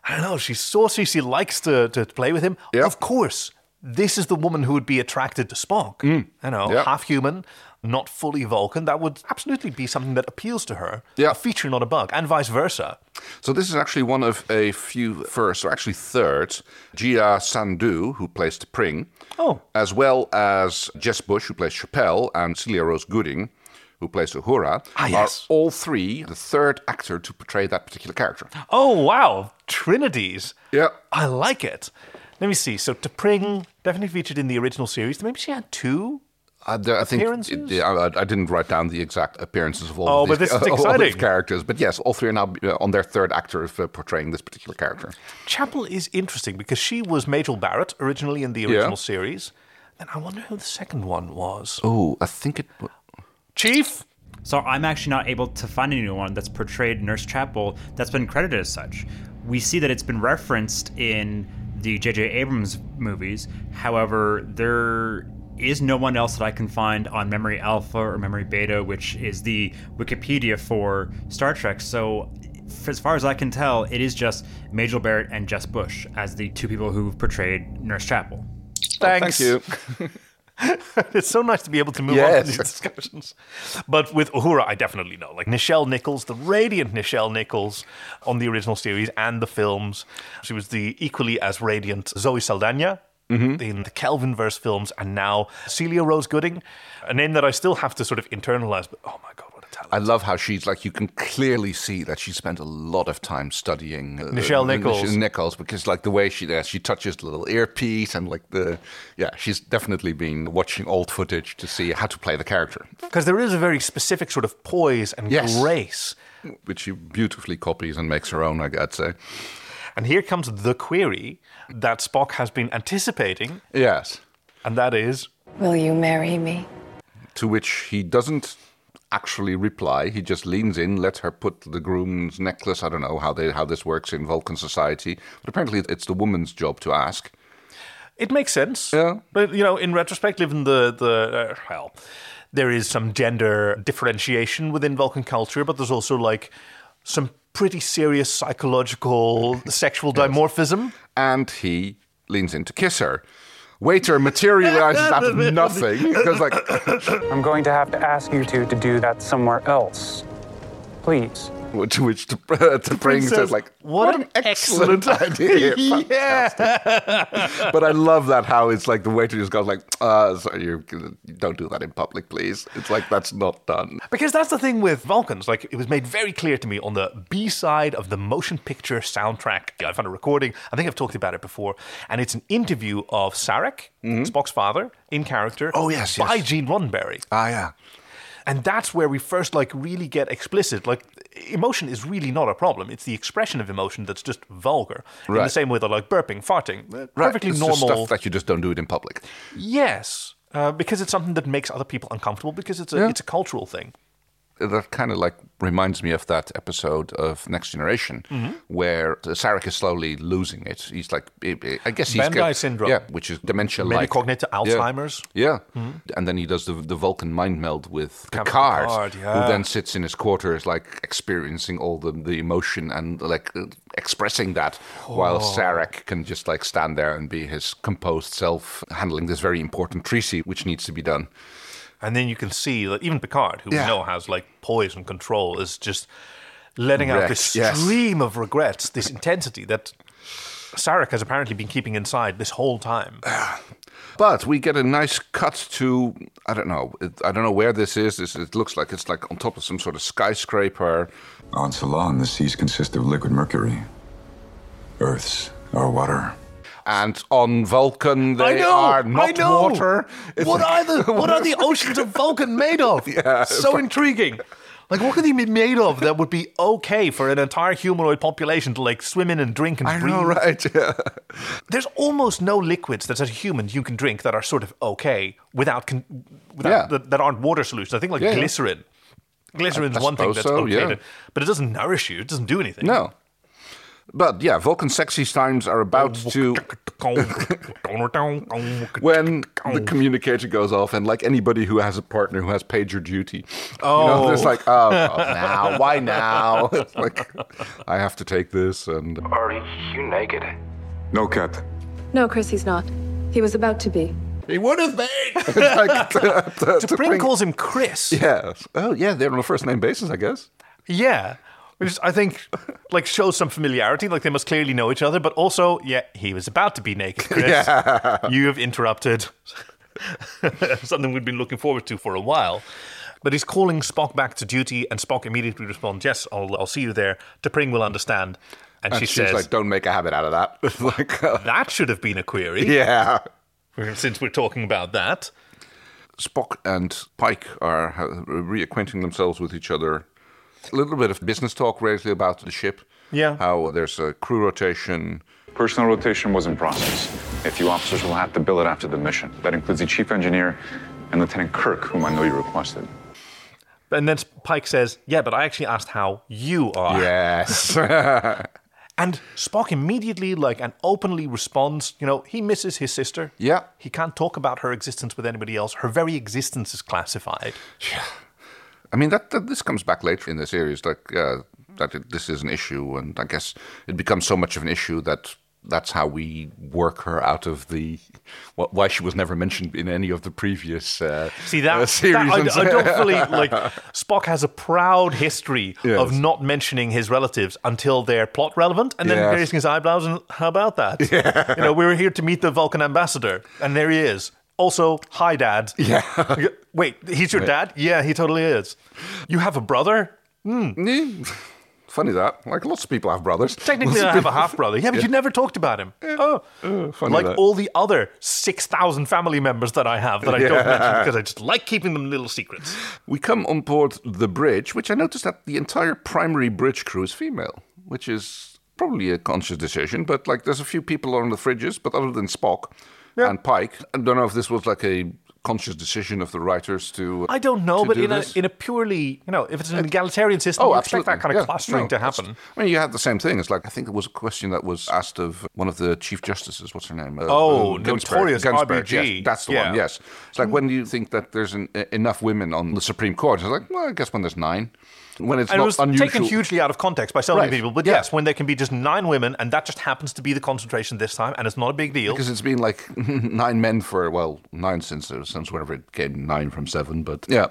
S2: I don't know, she's saucy. She likes to, to play with him. Of course, this is the woman who would be attracted to Spock. You know,
S1: Mm. Yeah.
S2: half human, not fully Vulcan. That would absolutely be something that appeals to her.
S1: Yeah.
S2: A feature, not a bug, and vice versa.
S1: So this is actually one of a few firsts, or actually third, Gia Sandu, who plays Pring,
S2: Oh.
S1: as well as Jess Bush, who plays Chappelle, and Celia Rose Gooding, who plays Uhura,
S2: Ah, yes.
S1: are all three the third actor to portray that particular character.
S2: Oh, wow. Trinities.
S1: Yeah.
S2: I like it. Let me see. So, T'Pring definitely featured in the original series. Maybe she had two.
S1: I, d- I think
S2: Appearances?
S1: yeah, I, I didn't write down the exact appearances of all.
S2: Oh,
S1: of
S2: but
S1: these,
S2: this
S1: *laughs*
S2: is
S1: all of
S2: exciting.
S1: these characters, but yes, all three are now uh, on their third actor of uh, portraying this particular character.
S2: Chapel is interesting because she was Majel Barrett originally in the
S1: Yeah.
S2: original series. And I wonder who the second one was.
S1: Oh, I think it. w-
S2: Chief?
S1: Oh,
S3: So I'm actually not able to find anyone that's portrayed Nurse Chapel that's been credited as such. We see that it's been referenced in the J.J. Abrams movies. However, there is no one else that I can find on Memory Alpha or Memory Beta, which is the Wikipedia for Star Trek. So, f- as far as I can tell, it is just Majel Barrett and Jess Bush as the two people who've portrayed Nurse Chapel.
S2: Thanks.
S1: Thank you.
S2: *laughs* it's so nice to be able to move on to
S1: Yes.
S2: these discussions. But with Uhura, I definitely know. Like Nichelle Nichols, the radiant Nichelle Nichols on the original series and the films. She was the equally as radiant Zoe Saldana.
S1: Mm-hmm.
S2: In the Kelvin verse films, and now Celia Rose Gooding, a name that I still have to sort of internalize. But oh my god, what a talent!
S1: I love how she's like you can clearly see that she spent a lot of time studying uh,
S2: Nichelle Nichols.
S1: Nichelle Nichols because like the way she yeah, she touches the little earpiece and like the yeah she's definitely been watching old footage to see how to play the character,
S2: Because there is a very specific sort of poise and
S1: Yes.
S2: grace.
S1: which she beautifully copies and makes her own. I- I'd say
S2: And here comes the query that Spock has been anticipating,
S1: yes.
S2: and that is
S13: Will you marry me?
S1: To which he doesn't actually reply. He just leans in, lets her put the groom's necklace. I don't know how they how this works in Vulcan society, but apparently it's the woman's job to ask.
S2: It makes sense.
S1: Yeah.
S2: But, you know, in retrospect, given the, the uh, well, there is some gender differentiation within Vulcan culture, but there's also like some pretty
S1: *laughs*
S2: serious psychological sexual dimorphism.
S1: And he leans in to kiss her. Waiter materializes out of
S2: *laughs*
S1: nothing. Goes like,
S15: I'm going to have to ask you two to do that somewhere else. Please.
S1: to which the, *laughs* uh, the prince says like,
S2: what, an
S1: excellent *laughs*
S2: *laughs*
S1: idea. But I love that how it's like the waiter just goes like, uh, so you don't do that in public, please. It's like that's not done.
S2: Because that's the thing with Vulcans. Like, it was made very clear to me on the B side of the motion picture soundtrack. I found a recording. I think I've talked about it before. And it's an interview of Sarek, Spock's father, in character.
S1: Mm-hmm. Oh, yes,
S2: By
S1: yes.
S2: Gene Roddenberry.
S1: Ah, yeah.
S2: And that's where we first like really get explicit. Like emotion is really not a problem. It's the expression of emotion that's just vulgar. In the
S1: Right.
S2: same way that like burping, farting, uh, perfectly
S1: it's just
S2: normal.
S1: stuff that you just don't do it in public.
S2: yes, uh, because it's something that makes other people uncomfortable because it's a
S1: Yeah.
S2: it's a cultural thing.
S1: that kind of like reminds me of that episode of Next Generation
S2: Mm-hmm.
S1: where Sarek is slowly losing it. He's like, I I guess he's
S2: Bandai
S1: got-
S2: syndrome.
S1: yeah, which is dementia like
S2: Metacognitive Alzheimer's.
S1: Yeah,
S2: Mm-hmm.
S1: and then he does the the Vulcan mind meld with
S2: Captain
S1: Picard,
S2: Picard, yeah.
S1: who then sits in his quarters, like experiencing all the the emotion and like uh, expressing that,
S2: Oh.
S1: while Sarek can just like stand there and be his composed self, handling this very important treaty which needs to be done.
S2: And then you can see that even Picard, who
S1: Yeah.
S2: we know has like poise and control, is just letting out
S1: Regrets,
S2: this
S1: yes.
S2: stream of regrets, this intensity that Sarek has apparently been keeping inside this whole time.
S1: But we get a nice cut to I don't know it- I don't know where this is. This, it looks like it's like on top of some sort of skyscraper.
S8: On Ceylon, the seas consist of liquid mercury. Earth's our water.
S1: And on Vulcan, they
S2: I know,
S1: are not
S2: I know.
S1: water. It's
S2: what
S1: like- *laughs*
S2: are the what are the oceans of Vulcan made of? so intriguing. Like what could they be made of that would be okay for an entire humanoid population to like swim in and drink and
S1: I
S2: breathe?
S1: know, right? *laughs* Yeah.
S2: There's almost no liquids that as a human you can drink that are sort of okay without, con- without
S1: Yeah.
S2: that, that aren't water solutions. I think like
S1: Yeah, yeah.
S2: glycerin. Glycerin's
S1: I
S2: one thing
S1: suppose
S2: that's
S1: so,
S2: okay,
S1: yeah.
S2: to- but it doesn't nourish you. It doesn't do anything.
S1: No. But yeah, Vulcan sexy times are about
S2: Oh,
S1: to. when
S2: Oh.
S1: the communicator goes off, and like anybody who has a partner who has pager duty, you
S16: Oh.
S1: know, it's like, oh, oh, now, why now? *laughs* It's like, I have to take this, and
S17: Are you naked?
S8: No, Captain.
S18: No, Chris, he's not. He was about to be.
S1: He would have been. like, to, to,
S2: T'Pring calls him Chris.
S1: Yeah. Oh, yeah. They're on a first name basis, I guess.
S2: Yeah. Which I think *laughs* like shows some familiarity, like they must clearly know each other, but also, yeah, he was about to be
S1: *laughs*
S2: naked, Chris. You have interrupted *laughs* something we've been looking forward to for a while. But he's calling Spock back to duty, and Spock immediately responds, Yes, I'll, I'll see you there. T'Pring will understand. And,
S1: And
S2: she
S1: she's
S2: says,
S1: like, "Don't make a habit out of that." *laughs* like, uh,
S2: That should have been a query.
S1: Yeah.
S2: *laughs* Since we're talking about that.
S1: Spock and Pike are ha- reacquainting themselves with each other. A little bit of business talk, really, about the ship.
S2: Yeah.
S1: How there's a crew rotation.
S8: Personal rotation was in process. A few officers will have to bill it after the mission. That includes the chief engineer and Lieutenant Kirk, whom I know you requested.
S2: And then Pike says, Yeah, but I actually asked how you are.
S1: Yes. *laughs*
S2: and Spock immediately, like, and openly responds, You know, he misses his sister.
S1: Yeah.
S2: He can't talk about her existence with anybody else. Her very existence is classified.
S1: I mean, that, that this comes back later in the series. Like, uh, that it, this is an issue, and I guess it becomes so much of an issue that that's how we work her out of the wh- why she was never mentioned in any of the previous uh, *laughs*
S2: See that?
S1: uh, series.
S2: that-
S1: and
S2: I,
S1: so-
S2: I don't
S1: *laughs*
S2: fully like. Spock has a proud history
S1: Yes.
S2: of not mentioning his relatives until they're plot relevant, and then
S1: Yes.
S2: raising his eyebrows and how about that? You know, we were here to meet the Vulcan ambassador, and there he is. Also, hi, Dad. Yeah. *laughs* Wait, he's your
S1: Wait.
S2: dad? Yeah, he totally is. You have a brother?
S1: Hmm. Funny that. Like lots of people have brothers.
S2: Technically, I have *laughs* a half brother. Yeah, but you never talked about him. Oh,
S1: funny
S2: like
S1: that.
S2: all the other six thousand family members that I have that I
S1: Yeah.
S2: don't mention *laughs* because I just like keeping them little secrets.
S1: We come on board the bridge, which I noticed that the entire primary bridge crew is female, which is probably a conscious decision. But like, there's a few people on the fridges, but other than Spock and Pike, I don't know if this was like a conscious decision of the writers to.
S2: I don't know,
S1: to
S2: but
S1: do
S2: in a,
S1: this.
S2: in a purely, you know, if it's an egalitarian system,
S1: Oh,
S2: you expect
S1: absolutely.
S2: that kind of
S1: Yeah,
S2: clustering
S1: no,
S2: to happen.
S1: I mean, you had the same thing. It's like I think it was a question that was asked of one of the chief justices. What's her name? Uh,
S2: Oh,
S1: Ginsburg.
S2: notorious
S1: Ginsburg,
S2: RBG.
S1: yes, that's the
S2: Yeah.
S1: one. Yes. It's like when do you think that there's an, e- enough women on the Supreme Court? It's like, well, I guess when there's nine. When it's
S2: and
S1: not
S2: it was
S1: unusual.
S2: taken hugely out of context by so many
S1: Right.
S2: people. But
S1: Yeah.
S2: yes, when there can be just nine women, and that just happens to be the concentration this time, and it's not a big deal.
S1: because it's been like *laughs* nine men for well nine since uh, since whenever it came nine from seven but yeah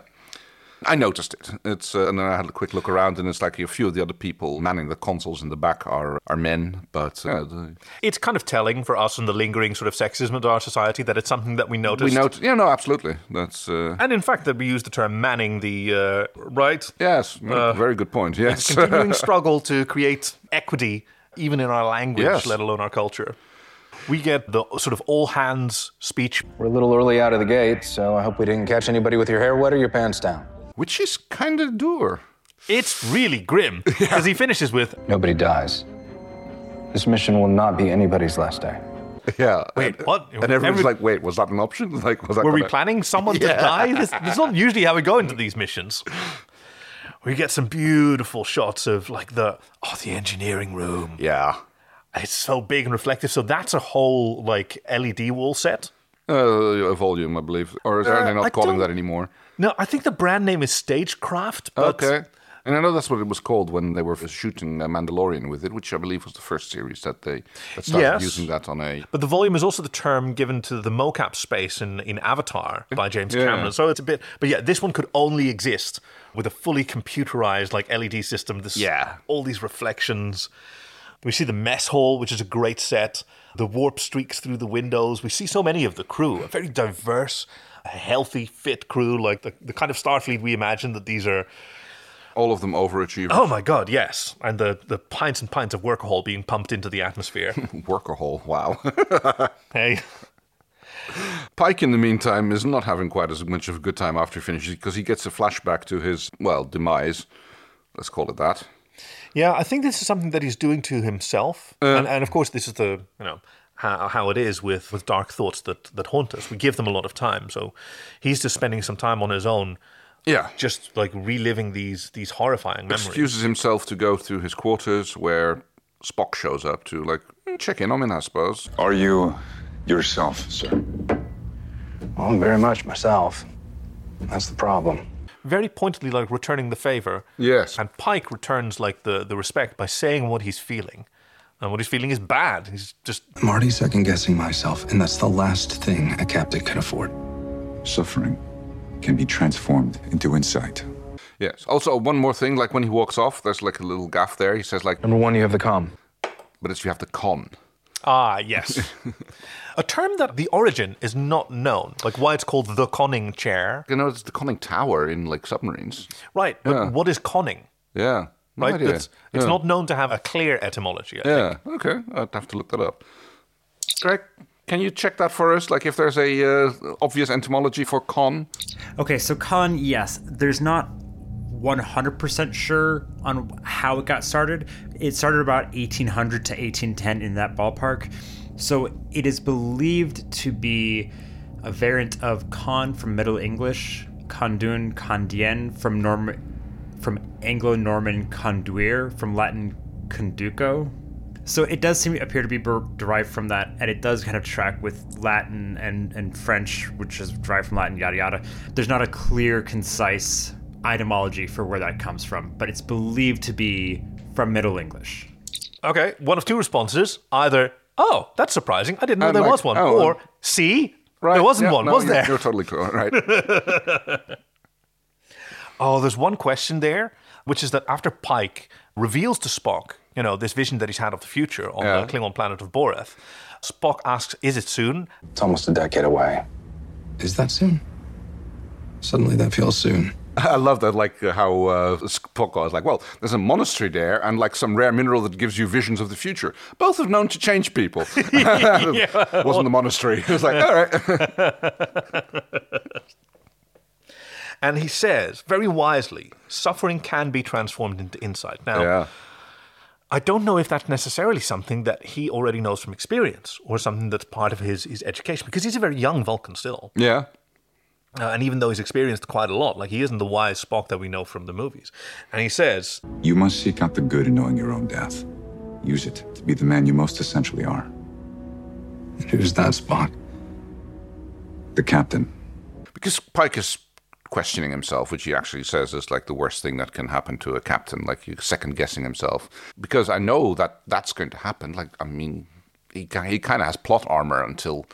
S1: i noticed it it's uh, and then i had a quick look around and it's like a few of the other people manning the consoles in the back are are men but uh, the,
S2: it's kind of telling for us and the lingering sort of sexism of our society that it's something that we noticed.
S1: we note yeah no absolutely that's uh,
S2: and in fact, that we use the term manning the uh, right.
S1: yes no,
S2: Uh,
S1: very good point yes
S2: It's a continuing struggle to create equity, even in our language,
S1: Yes.
S2: let alone our culture. We get the sort of all hands speech
S7: We're a little early out of the gate, so I hope we didn't catch anybody with your hair wet or your pants down.
S1: *laughs* Which is kind of doer.
S2: It's really
S1: *laughs*
S2: grim because he finishes with
S7: Nobody dies. This mission will not be anybody's last day.
S1: yeah
S2: wait what
S1: and everyone's
S2: Every-
S1: like wait was that an option *laughs* like was that
S2: Were we
S1: gonna-
S2: planning someone to
S1: Yeah.
S2: die? This, this is not usually how we go into these missions. We get some beautiful shots of like the oh the engineering room.
S1: Yeah,
S2: it's so big and reflective. So that's a whole like LED wall set.
S1: uh, volume i believe or is that
S2: Uh,
S1: they're not
S2: I
S1: calling
S2: don't-
S1: that anymore
S2: No, I think the brand name is Stagecraft. But
S1: Okay. And I know that's what it was called when they were shooting uh, Mandalorian with it, which I believe was the first series that they that started
S2: Yes.
S1: using that on a.
S2: But the volume is also the term given to the mocap space in, in Avatar by James
S1: Yeah.
S2: Cameron. So it's a bit, but yeah, this one could only exist with a fully computerized like LED system. This, yeah, all these reflections. We see the mess hall, which is a great set. The warp streaks through the windows. We see so many of the crew, a very diverse, a healthy, fit crew, like the, the kind of Starfleet we imagine that these are.
S1: All of them overachievers.
S2: Oh my God, yes. And the, the pints and pints of workahol being pumped into the atmosphere. *laughs*
S1: Workahol, wow. *laughs*
S2: hey.
S1: Pike, in the meantime, is not having quite as much of a good time after he finishes because he gets a flashback to his, well, demise. Let's call it that.
S2: Yeah, I think this is something that he's doing to himself,
S1: Uh.
S2: and, and of course, this is the you know how, how it is with, with dark thoughts that that haunt us. We give them a lot of time, so he's just spending some time on his own.
S1: Yeah,
S2: just like reliving these these horrifying memories.
S1: Excuses himself to go to his quarters where Spock shows up to like "Hmm, check in on me, I suppose.
S8: Are you yourself, sir?
S7: Well, I'm very much myself. That's the problem.
S2: Very pointedly, like returning the favor.
S1: Yes.
S2: And Pike returns like the, the respect by saying what he's feeling. And what he's feeling is bad. He's just
S12: I'm already second guessing myself, and that's the last thing a captain can afford.
S8: Suffering can be transformed into insight.
S1: Yes. Also, one more thing. Like when he walks off, there's like a little gaff there. He says like,
S7: Number one, you have the com.
S1: but it's you have the con. *laughs*
S2: Ah, yes. a term that the origin is not known, like why it's called the conning chair.
S1: You know, it's the conning tower in like submarines.
S2: Right, but
S1: Yeah.
S2: what is conning?
S1: Yeah. No
S2: Right,
S1: idea.
S2: it's, it's
S1: Yeah.
S2: not known to have a clear etymology. I
S1: Yeah. Okay. I'd have to look that up. Greg, can you check that for us? Like, if there's a uh, obvious etymology for con.
S3: Okay, so con, yes, there's not 100% sure on how it got started. It started about 1800 to 1810 in that ballpark. So it is believed to be a variant of con from Middle English, condun, condien from Norman from Anglo-Norman conduire from Latin conduco. So it does seem appear to be ber- derived from that, and it does kind of track with Latin and, and French, which is derived from Latin, yada yada. There's not a clear, concise etymology for where that comes from, but it's believed to be from Middle English.
S2: think. Okay, one of two responses either, oh, that's surprising, I didn't know
S1: And
S2: there
S1: like,
S2: was one,
S1: oh,
S2: or
S1: um,
S2: see, there wasn't
S1: Yeah,
S2: one,
S1: no,
S2: was
S1: you're-
S2: there?
S1: You're totally cor-
S2: *laughs*
S1: right.
S2: Oh, there's one question there, which is that after Pike reveals to Spock, you know, this vision that he's had of the future on
S7: Yeah.
S2: the Klingon planet of Boreth, Spock asks, "Is it soon?"
S7: It's almost a decade away.
S12: Is that soon? Suddenly that feels soon.
S1: I love that, like uh, how uh, Spock was like, well, there's a monastery there and like some rare mineral that gives you visions of the future. Both have known to change people. *laughs*
S2: *laughs* Yeah.
S1: Wasn't the monastery. It was like, all right. *laughs*
S2: And he says, very wisely, suffering can be transformed into insight. Now, I don't know if that's necessarily something that he already knows from experience or something that's part of his, his education, because he's a very young Vulcan still.
S1: Yeah.
S2: Uh, and even though he's experienced quite a lot, like he isn't the wise Spock that we know from the movies. And he says,
S8: You must seek out the good in knowing your own death. Use it to be the man you most essentially are.
S12: Who's that, Spock?
S8: The captain.
S1: because Pike is questioning himself, which he actually says is like the worst thing that can happen to a captain, like you second guessing himself. Because I know that that's going to happen. Like, I mean, he, ki- he kind of has plot armor until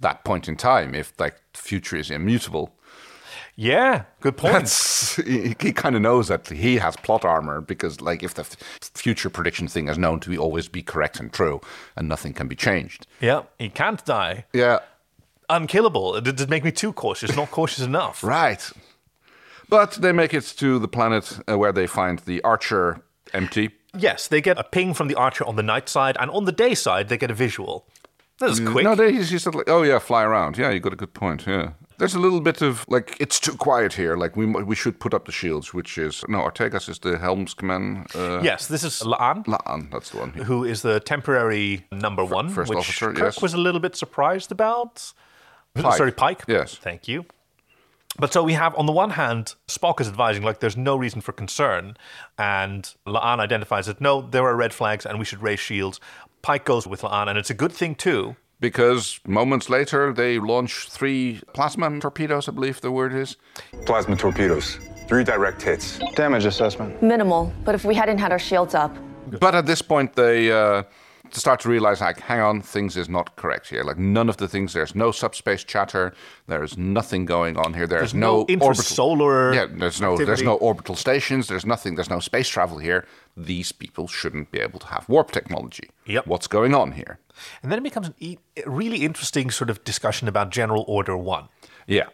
S1: that point in time if like the future is immutable.
S2: Yeah, good point.
S1: That's, he he kind of knows that he has plot armor because, like, if the f- future prediction thing is known to be always be correct and true, and nothing can be changed.
S2: *laughs* yeah, he can't die.
S1: Yeah.
S2: Unkillable. It did make me too cautious, not cautious
S1: *laughs*
S2: enough.
S1: Right. But they make it to the planet uh, where they find the Archer empty.
S2: Yes, they get a ping from the archer on the night side, and on the day side, they get a visual. That is quick.
S1: Mm, No, they, he's just like, oh yeah, fly around. Yeah, you got a good point. Yeah. There's a little bit of like it's too quiet here. Like we mu- we should put up the shields, which is no Ortegas is the helmsman. Uh,
S2: Yes, this is Laan,
S1: Laan, that's the one.
S2: who is the temporary number one,
S1: first
S2: which
S1: officer,
S2: Kirk
S1: yes.
S2: was a little bit surprised about. Oh,
S1: Pike.
S2: Sorry, Pike.
S1: Yes.
S2: Thank you. But so we have, on the one hand, Spock is advising, like, there's no reason for concern. And Laan identifies that, no, there are red flags and we should raise shields. Pike goes with Laan, and it's a good thing, too.
S1: Because moments later they launch three plasma torpedoes, I believe the word is.
S8: Plasma torpedoes. Three direct hits.
S7: Damage assessment.
S16: Minimal, but if we hadn't had our shields up,
S1: But at this point, they uh, start to realize, like, hang on, things is not correct here. Like, none of the things. There's no subspace chatter. There is nothing going on here. There's,
S2: There's no intrasolar
S1: Yeah, there's no there's
S2: activity.
S1: no orbital stations. There's nothing. There's no space travel here. These people shouldn't be able to have warp technology. Yep. What's going on here?
S2: And then it becomes an e- a really interesting sort of discussion about General Order 1.
S1: Yeah.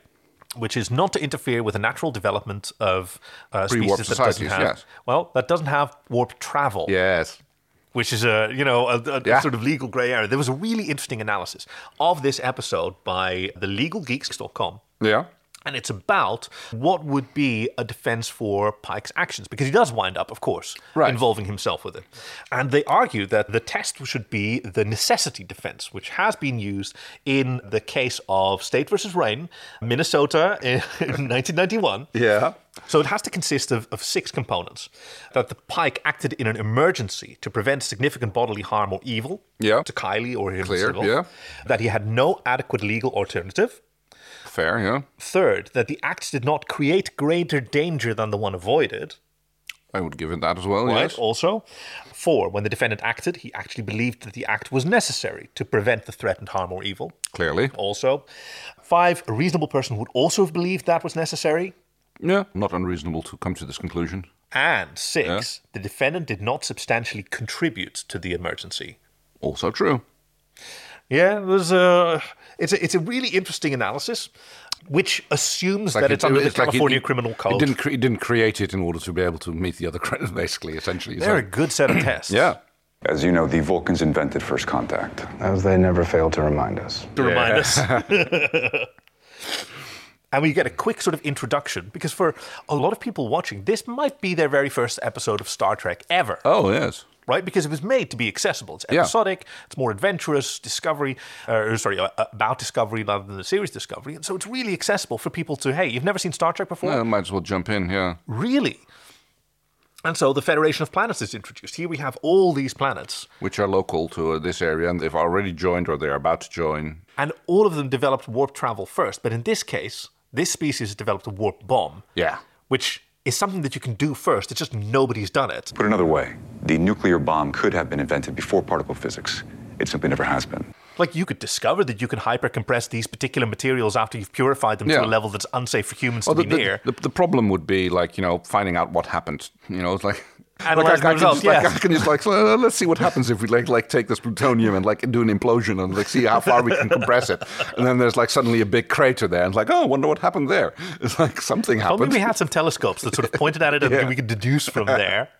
S2: Which is not to interfere with the natural development of uh,
S1: Pre-warp
S2: species that doesn't
S1: societies,
S2: have
S1: yes.
S2: well that doesn't have warp travel.
S1: Yes.
S2: Which is a you know a, a
S1: Yeah.
S2: sort of legal grey area. There was a really interesting analysis of this episode by the LegalGeeks.com.
S1: Yeah.
S2: And it's about what would be a defense for Pike's actions, because he does wind up, of course,
S17: Right.
S2: involving himself with it. And they argue that the test should be the necessity defense, which has been used in the case of State versus Rain, Minnesota in *laughs* 1991.
S1: Yeah.
S2: So it has to consist of, of six components that the Pike acted in an emergency to prevent significant bodily harm or evil
S1: Yeah.
S2: to Kylie or himself.
S1: yeah.
S2: That he had no adequate legal alternative.
S1: Fair, yeah.
S2: Third, that the acts did not create greater danger than the one avoided.
S1: I would give it that as well,
S2: right,
S1: yes.
S2: also. Four, when the defendant acted, he actually believed that the act was necessary to prevent the threatened harm or evil.
S1: Clearly.
S2: Also. Five, a reasonable person would also have believed that was necessary.
S1: Yeah. Not unreasonable to come to this conclusion.
S2: And six, the defendant did not substantially contribute to the emergency.
S1: Also true.
S2: Yeah, there's a it's a, it's a really interesting analysis, which assumes that
S1: it-
S2: it's under
S1: it's
S2: the
S1: like it-
S2: California
S1: it-
S2: Criminal
S1: It
S2: Code.
S1: didn't, cre- it didn't create it in order to be able to meet the other credit, *laughs* basically, essentially.
S2: They're a good set of *clears throat* tests.
S1: Yeah.
S8: As you know, the Vulcans invented first contact.
S7: As they never fail to remind us.
S2: to remind *laughs* us. and we get a quick sort of introduction because for a lot of people watching, this might be their very first episode of Star Trek ever.
S1: Oh, yes.
S2: Right, because it was made to be accessible. It's
S1: Yeah.
S2: episodic. It's more adventurous. Discovery, uh, sorry, uh, about Discovery rather than the series Discovery, and so it's really accessible for people to. Hey, you've never seen Star Trek before?
S1: Yeah, might as well jump in, yeah.
S2: Really? And so the Federation of Planets is introduced. Here we have all these planets,
S1: Which are local to uh, this area, and they've already joined or they're about to join.
S2: and all of them developed warp travel first. But in this case, this species developed a warp bomb,
S1: Yeah.
S2: which is something that you can do first. It's just nobody's done it.
S8: Put another way, the nuclear bomb could have been invented before particle physics. It simply never has been.
S2: Like you could discover that you can hypercompress these particular materials after you've purified them
S1: Yeah.
S2: to a level that's unsafe for humans
S1: Oh,
S2: to
S1: the,
S2: be
S1: the-
S2: near.
S1: the- the problem would be, like, you know, finding out what happened. You know, it's like. *laughs*
S2: Analyze
S1: like, I,
S2: the
S1: can just,
S2: results, yes.
S1: like I can just like "Uh, let's see what happens if we like like take this plutonium and like do an implosion and like see how far we can compress it and then there's like suddenly a big crater there and it's like oh I wonder what happened there *laughs* it's like something
S2: If only
S1: happened
S2: we had some telescopes that sort of pointed at it
S1: *laughs*
S2: and
S1: Yeah.
S2: we could deduce from
S1: *laughs*
S2: there.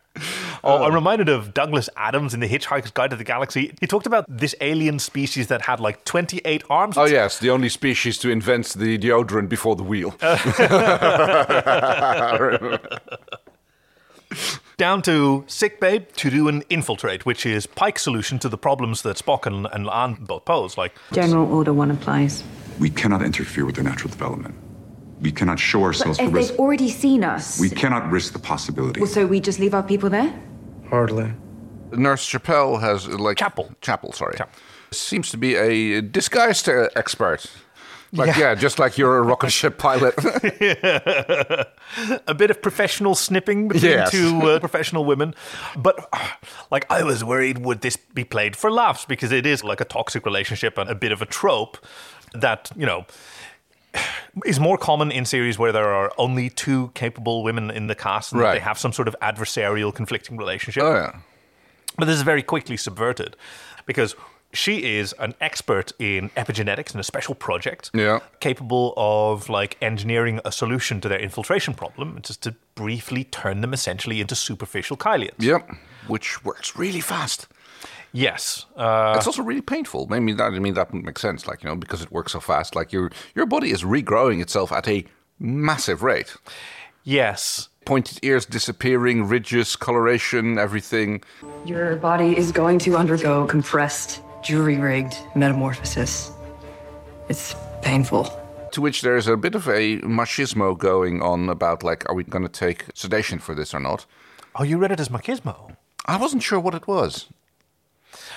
S2: Oh, I'm reminded of Douglas Adams in The Hitchhiker's Guide to the Galaxy. He talked about this alien species that had like 28 arms.
S1: oh yes the only species to invent the deodorant before the wheel *laughs*
S2: Down to sickbay to do an infiltrate, which is Pike's solution to the problems that Spock and, and Anne both pose. Like,
S19: General Order 1 applies.
S8: We cannot interfere with their natural development. We cannot show ourselves
S19: but
S8: the
S19: if
S8: risk.
S19: they've already seen us,
S8: We cannot risk the possibility.
S19: well, so we just leave our people there?
S1: Hardly. Nurse Chapelle has uh, like Chapel. Chapel, sorry. Seems to be a disguised uh, expert. Like yeah. just like you're a rocket ship pilot.
S2: a bit of professional snipping between
S1: Yes.
S2: two uh,
S1: *laughs*
S2: professional women. But, *sighs* ah, like, I was worried would this be played for laughs because it is like a toxic relationship and a bit of a trope that, you know, *sighs* is more common in series where there are only two capable women in the cast and that
S1: Right.
S2: they have some sort of adversarial, conflicting relationship.
S1: Oh, yeah.
S2: But this is very quickly subverted because she is an expert in epigenetics and a special project
S1: Yeah.
S2: capable of like engineering a solution to their infiltration problem, just to briefly turn them essentially into superficial Kylians.
S1: Yep, which works really fast.
S2: Yes, uh,
S1: it's also really painful. I mean, that, I mean that makes sense. Like you know, because it works so fast. Like your your body is regrowing itself at a massive rate.
S2: Yes.
S1: Pointed ears disappearing, ridges, coloration, everything.
S5: Your body is going to undergo compressed, jury rigged metamorphosis. It's painful.
S1: To which there is a bit of a machismo going on about like, are we going to take sedation for this or not?
S2: Oh, you read it as machismo.
S1: I wasn't sure what it was.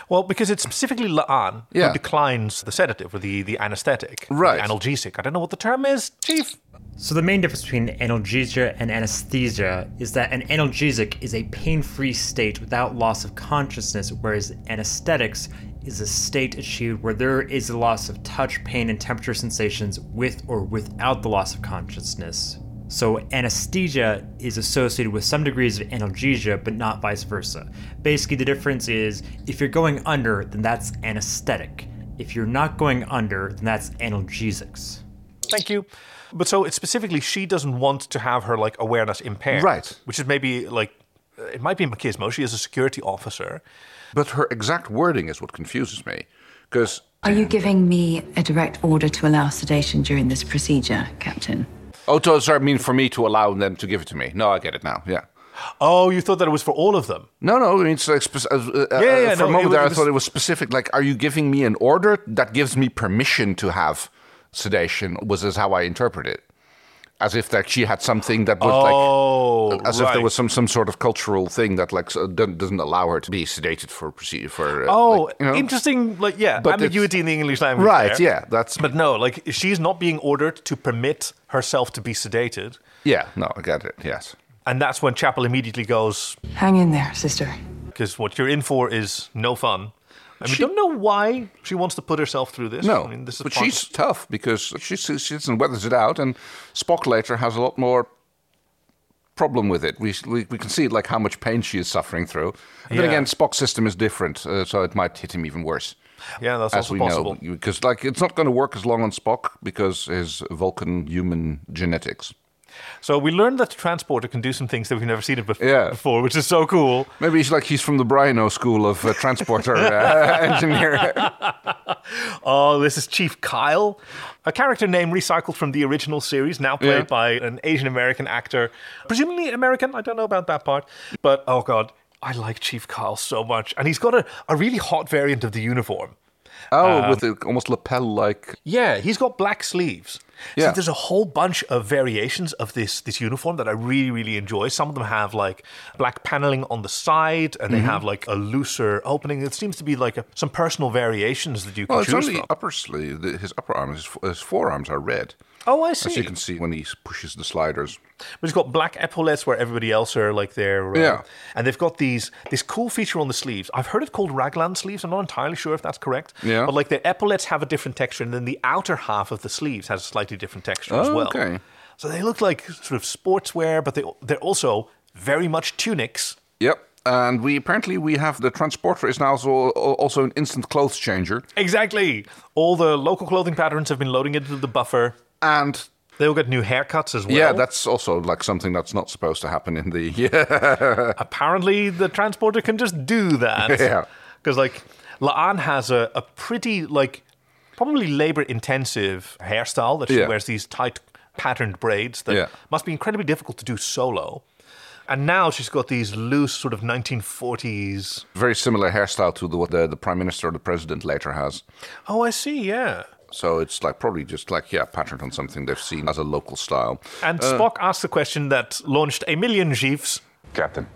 S2: Well, because it's specifically Laan
S1: Yeah.
S2: who declines the sedative or the, the anesthetic, or the
S3: Right.
S2: analgesic. I don't know what the term is, Chief.
S3: So, the main difference between analgesia and anesthesia is that an analgesic is a pain free state without loss of consciousness, whereas anesthetics is a state achieved where there is a loss of touch, pain, and temperature sensations with or without the loss of consciousness. So, anesthesia is associated with some degrees of analgesia, but not vice versa. Basically, the difference is if you're going under, then that's anesthetic. If you're not going under, then that's analgesics.
S2: Thank you. But so it's specifically she doesn't want to have her like awareness impaired,
S1: Right.
S2: Which is maybe like it might be machismo. She is a security officer.
S1: But her exact wording is what confuses me. Because
S19: Are you giving me a direct order to allow sedation during this procedure, Captain?
S1: Oh, to, sorry, I mean for me to allow them to give it to me. No, I get it now. Yeah.
S2: Oh, you thought that it was for all of them?
S1: No, no. I mean, it's like spec- uh, uh,
S2: Yeah, yeah,
S1: uh, for
S2: no,
S1: a moment
S2: it
S1: there, I
S2: was-
S1: thought it was specific. Like, are you giving me an order that gives me permission to have sedation? Was is how I interpret it, as if that she had something that would like, as if there
S2: Oh, right.
S1: was some some sort of cultural thing that like so, doesn't doesn't allow her to be sedated for proceed for. uh,
S2: Oh,
S1: like, you know?
S2: interesting. Like, yeah,
S1: But it's-
S2: ambiguity in the English language.
S1: Right,
S2: there.
S1: yeah, that's-
S2: But no, like she's not being ordered to permit herself to be sedated,
S1: Yeah, no, I get it. Yes.
S2: and that's when Chapel immediately goes
S5: Hang in there, sister.
S2: because what you're in for is no fun. I mean,
S1: She-
S2: don't know why she wants to put herself through this.
S1: No,
S2: I mean, this is
S1: but
S2: part
S1: she's
S2: of-
S1: tough because she s- sits and weathers it out, and Spock later has a lot more problem with it. We, s- we, we can see like how much pain she is suffering through. And then
S2: Yeah.
S1: again, Spock's system is different, uh, so it might hit him even worse.
S2: yeah, that's
S1: as
S2: also
S1: we
S2: possible.
S1: know, because like it's not going to work as long on Spock because his Vulcan human genetics.
S2: So we learned that the transporter can do some things that we've never seen it before.
S1: Yeah,
S2: before, which is so cool.
S1: Maybe he's like he's from the Brino school of uh, transporter uh, *laughs* engineer.
S2: Oh, this is Chief Kyle, a character name recycled from the original series, now played
S1: Yeah.
S2: by an Asian American actor, presumably American. I don't know about that part, but oh god, I like Chief Kyle so much, and he's got a, a really hot variant of the uniform.
S1: Oh,
S2: Um,
S1: with the almost lapel-like.
S2: Yeah, he's got black sleeves.
S1: Yeah.
S2: So there's a whole bunch of variations of this this uniform that I really really enjoy. Some of them have like black paneling on the side, and they
S1: Mhm.
S2: have like a looser opening. It seems to be like a, some personal variations that you can
S1: Well, it's
S2: choose
S1: only
S2: from.
S1: upper sleeve. the- His upper arms, his, fo- his forearms are red.
S2: Oh, I
S1: As
S2: see.
S1: you can see when he s- pushes the sliders.
S2: But it's got black epaulettes where everybody else are like they're uh,
S1: Yeah.
S2: and they've got these this cool feature on the sleeves. I've heard it called raglan sleeves. I'm not entirely sure if that's correct.
S1: Yeah.
S2: But like their epaulettes have a different texture, and then the outer half of the sleeves has a slightly different texture as
S1: Oh,
S2: well.
S1: okay.
S2: So they look like sort of sportswear, but they they're also very much tunics.
S1: Yep. And we apparently we have the transporter is now also, also an instant clothes changer.
S2: Exactly. All the local clothing patterns have been loading into the buffer,
S1: and
S2: they all get new haircuts as well.
S1: Yeah, that's also like something that's not supposed to happen in the. *laughs* Yeah.
S2: apparently the transporter can just do
S1: *laughs*
S2: that.
S1: Yeah.
S2: Because like Laan has a, a pretty like probably labor intensive hairstyle that she
S1: Yeah.
S2: wears these tight patterned braids that
S1: Yeah.
S2: must be incredibly difficult to do solo. And now she's got these loose sort of 1940s.
S1: Very similar hairstyle to the, what the the prime minister or the president later has.
S2: Oh, I see. Yeah.
S1: So it's like probably just like yeah, patterned on something they've seen as a local style.
S2: And
S1: Uh,
S2: Spock asked the question that launched a million jeeves.
S8: Captain,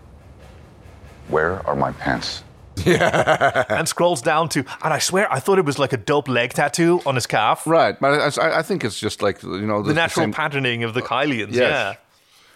S8: where are my pants?
S2: and scrolls down to, and I swear I thought it was like a dope leg tattoo on his calf.
S1: Right, but I, I think it's just like you know
S2: The,
S1: the
S2: natural
S1: same-
S2: patterning of the Kylians.
S1: yes.
S2: Yeah.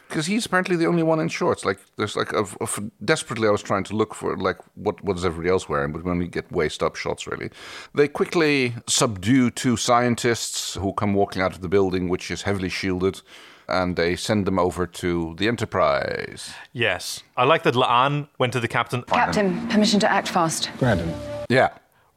S1: Because he's apparently the only one in shorts. Like there's like of of desperately I was trying to look for like what what is everybody else wearing, but when we get waist up shots, really, they quickly subdue two scientists who come walking out of the building, which is heavily shielded, and they send them over to the Enterprise.
S2: Yes. I like that Laan went to the captain.
S19: Captain, permission to act fast.
S2: Brandon.
S1: Yeah.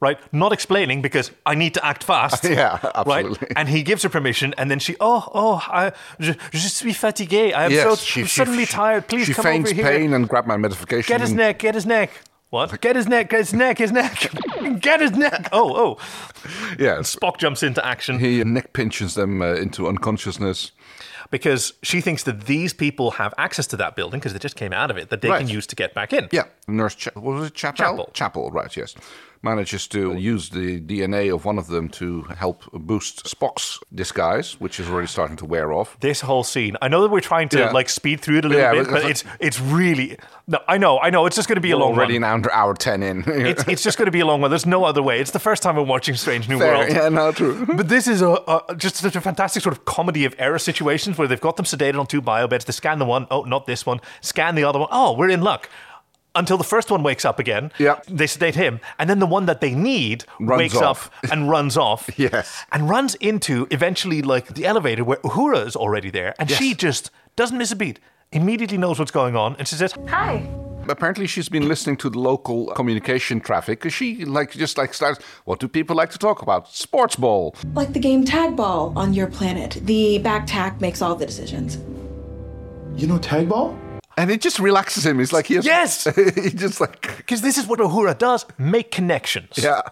S2: Right? Not explaining because I need to act
S1: *laughs*
S2: fast.
S1: Yeah,
S2: Right? And he gives her permission, and then she, oh, oh, I, je, je suis fatigué. I am so I'm suddenly tired. Please
S1: she
S2: come
S1: feigns
S2: over here.
S1: pain and grab my medication.
S2: Get his
S1: and-
S2: neck, get his neck. What? Get his neck, get his neck, his neck. *laughs* Get his
S1: *laughs*
S2: neck. Oh, oh.
S1: Yeah.
S2: Spock jumps into action.
S1: He neck pinches them uh, into unconsciousness.
S2: Because she thinks that these people have access to that building because they just came out of it that they
S1: Right.
S2: can use to get back in.
S1: Yeah, Nurse Cha- what was it Chapel? Chapel, right? Yes, manages to use the DNA of one of them to help boost Spock's disguise, which is already starting to wear off.
S2: This whole scene. I know that we're trying to
S1: Yeah.
S2: like speed through it a little
S1: Yeah,
S2: bit,
S1: because
S2: but it's it's really no. I know, I know. It's just going to be a
S1: We're
S2: long
S1: already
S2: run.
S1: an hour, hour ten in. *laughs*
S2: it's, it's just going to be a long one. There's no other way. It's the first time I'm watching Strange New World.
S1: Yeah, no, true.
S2: But this is a, a just such a fantastic sort of comedy of error situations where they've got them sedated on two biobeds. They scan the one, oh, not this one. Scan the other one. Oh, we're in luck. Until the first one wakes up again. Yeah. They sedate him, and then the one that they need
S1: Runs
S2: wakes
S1: off.
S2: up and runs off.
S1: *laughs* yes.
S2: And runs into eventually like the elevator where Uhura is already there, and she just doesn't miss a beat. Immediately knows what's going on, and she says,
S1: Hi. Apparently, she's been listening to the local communication traffic. 'cause She like just like starts. What do people like to talk about? Sports ball.
S17: Like the game tag ball on your planet, the back tack makes all the decisions.
S1: You know tag ball. And it just relaxes him. He's like, *laughs* he has,
S2: Yes!
S1: he just like
S2: Because this is what Uhura does make connections.
S1: Yeah.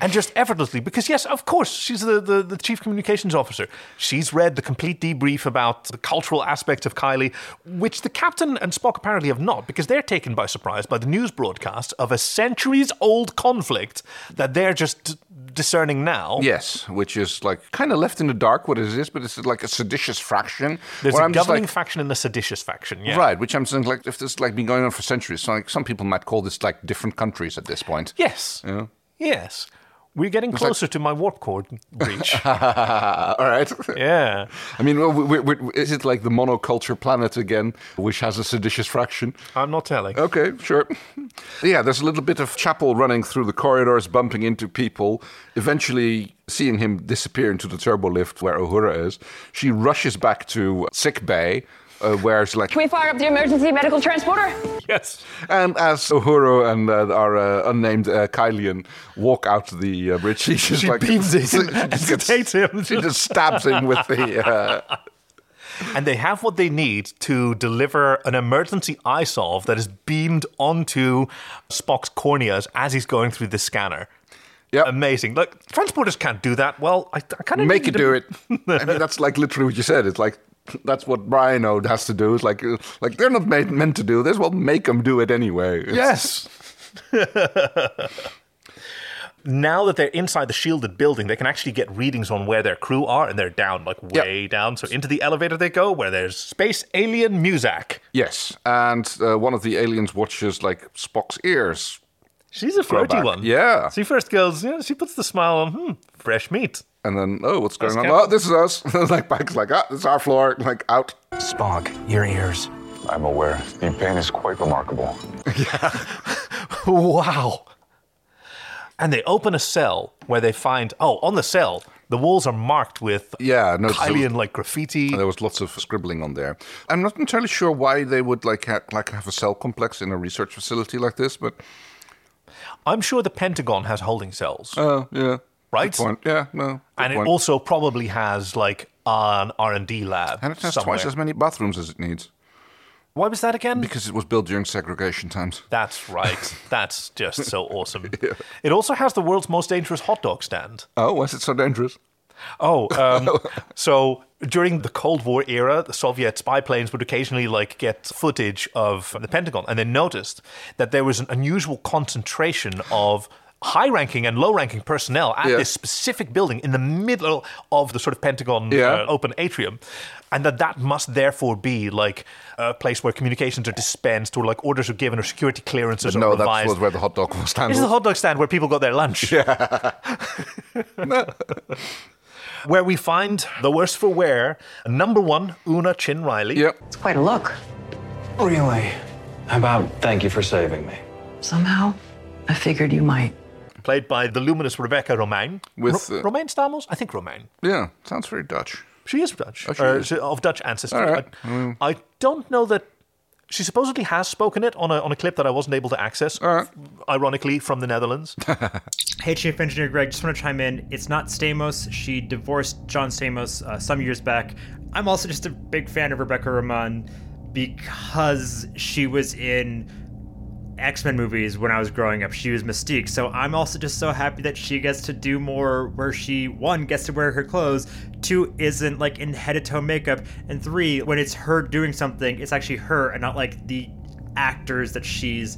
S2: and just effortlessly because yes of course she's the, the, the chief communications officer she's read the complete debrief about the cultural aspects of kylie which the captain and spock apparently have not because they're taken by surprise by the news broadcast of a centuries old conflict that they're just d- discerning now
S1: Yes, which is like kind of left in the dark what it is, but it's like a seditious faction.
S2: there's
S1: where
S2: a
S1: I'm just
S2: governing
S1: like,
S2: faction and a seditious faction yeah
S1: Right, which I'm saying, like, if this has like been going on for centuries, so like some people might call this like different countries at this point.
S2: Yes.
S1: You know? *laughs*
S2: yes we're getting
S1: It's like-
S2: closer to my warp cord
S1: *laughs*
S2: breach
S1: All right.
S2: Yeah.
S1: *laughs* I mean, well, we, we, we- is it like the monoculture planet again, which has a seditious fraction?
S2: I'm not telling.
S1: Okay, sure. *laughs* yeah, there's a little bit of chapel running through the corridors, bumping into people. Eventually, seeing him disappear into the turbo lift where Uhura is, she rushes back to sick bay. Uh, where it's like
S20: Can we fire up the emergency medical transporter?
S2: Yes.
S1: And as Uhuru and uh, our uh, unnamed uh, Kylian walk out the uh, bridge, she just
S2: She
S1: like
S2: beams
S1: *laughs* she
S2: in and
S1: just gets-
S2: takes him.
S1: She just stabs him with the. Uh,
S2: and they have what they need to deliver an emergency eye solve that is beamed onto Spock's corneas as he's going through the scanner.
S1: Yeah,
S2: amazing. Look, transporters can't do that. Well, I, I kind of
S1: Make it do it. I mean, that's like literally what you said. It's like that's what Brian Ode has to do. It's like, uh, like they're not made, meant to do this. Well, make them do it anyway. It's-
S2: Yes. now that they're inside the shielded building, they can actually get readings on where their crew are, and they're down, like way down. So into the elevator they go, where there's space alien Muzak.
S1: Yes, and uh, one of the aliens watches like Spock's ears.
S2: She's a
S1: grow
S2: flirty
S1: back.
S2: one.
S1: Yeah.
S2: She first goes, yeah, she puts the smile on, hmm, fresh meat.
S1: And then, oh, what's going on?
S2: That's
S1: Oh, this is us. *laughs* like, Pike's like, ah, this is our floor. Like, out.
S8: Spock, your ears. I'm aware. The pain is quite remarkable.
S2: *laughs* wow. And they open a cell where they find, oh, on the cell, the walls are marked with
S1: yeah, no,
S2: Kylian like graffiti.
S1: There was lots of scribbling on there. I'm not entirely sure why they would like ha- like have a cell complex in a research facility like this, but
S2: I'm sure the Pentagon has holding cells.
S1: oh yeah,
S2: Right?
S1: Good point. Yeah, no, good
S2: and it
S1: point.
S2: also probably has like an R&D lab
S1: and it has
S2: somewhere.
S1: twice as many bathrooms as it needs
S2: Why was that again?
S1: because it was built during segregation times. *laughs*
S2: That's right. That's just so awesome. It also has the world's most dangerous hot dog stand.
S1: Oh, why is it so dangerous? *laughs*
S2: Oh, um, so during the Cold War era, the Soviet spy planes would occasionally like get footage of the Pentagon, and they noticed that there was an unusual concentration of high-ranking and low-ranking personnel at
S1: Yeah.
S2: this specific building in the middle of the sort of Pentagon
S1: Yeah.
S2: uh, open atrium, and that that must therefore be like a place where communications are dispensed, or like orders are given, or security clearances
S1: But
S2: are
S1: no, that
S2: revised.
S1: was where the hot dog was
S2: This
S1: standing.
S2: is the hot dog stand where people got their lunch. *laughs* where we find the worst for wear, number one, Una Chin Riley.
S1: Yep.
S2: It's quite a look.
S7: Really? How about thank you for saving me?
S19: Somehow, I figured you might.
S2: Played by the luminous Rebecca Romain.
S1: With,
S2: Ro-
S1: uh,
S2: Romain Stamos? I think Romain.
S1: yeah, sounds very Dutch.
S2: She is Dutch.
S1: Oh, she
S2: or
S1: is.
S2: she- of Dutch ancestry.
S1: All right.
S2: I, I don't know that. She supposedly has spoken it on a, on a clip that I wasn't able to access, ironically, from the Netherlands. *laughs*
S3: Hey, Chief Engineer Greg, just want to chime in. It's not Stamos. She divorced John Stamos uh, some years back. I'm also just a big fan of Rebecca Roman because she was in X Men movies when I was growing up. She was Mystique. So I'm also just so happy that she gets to do more where she, one, gets to wear her clothes, two, isn't like in head to toe makeup, and three, when it's her doing something, it's actually her and not like the actors that she's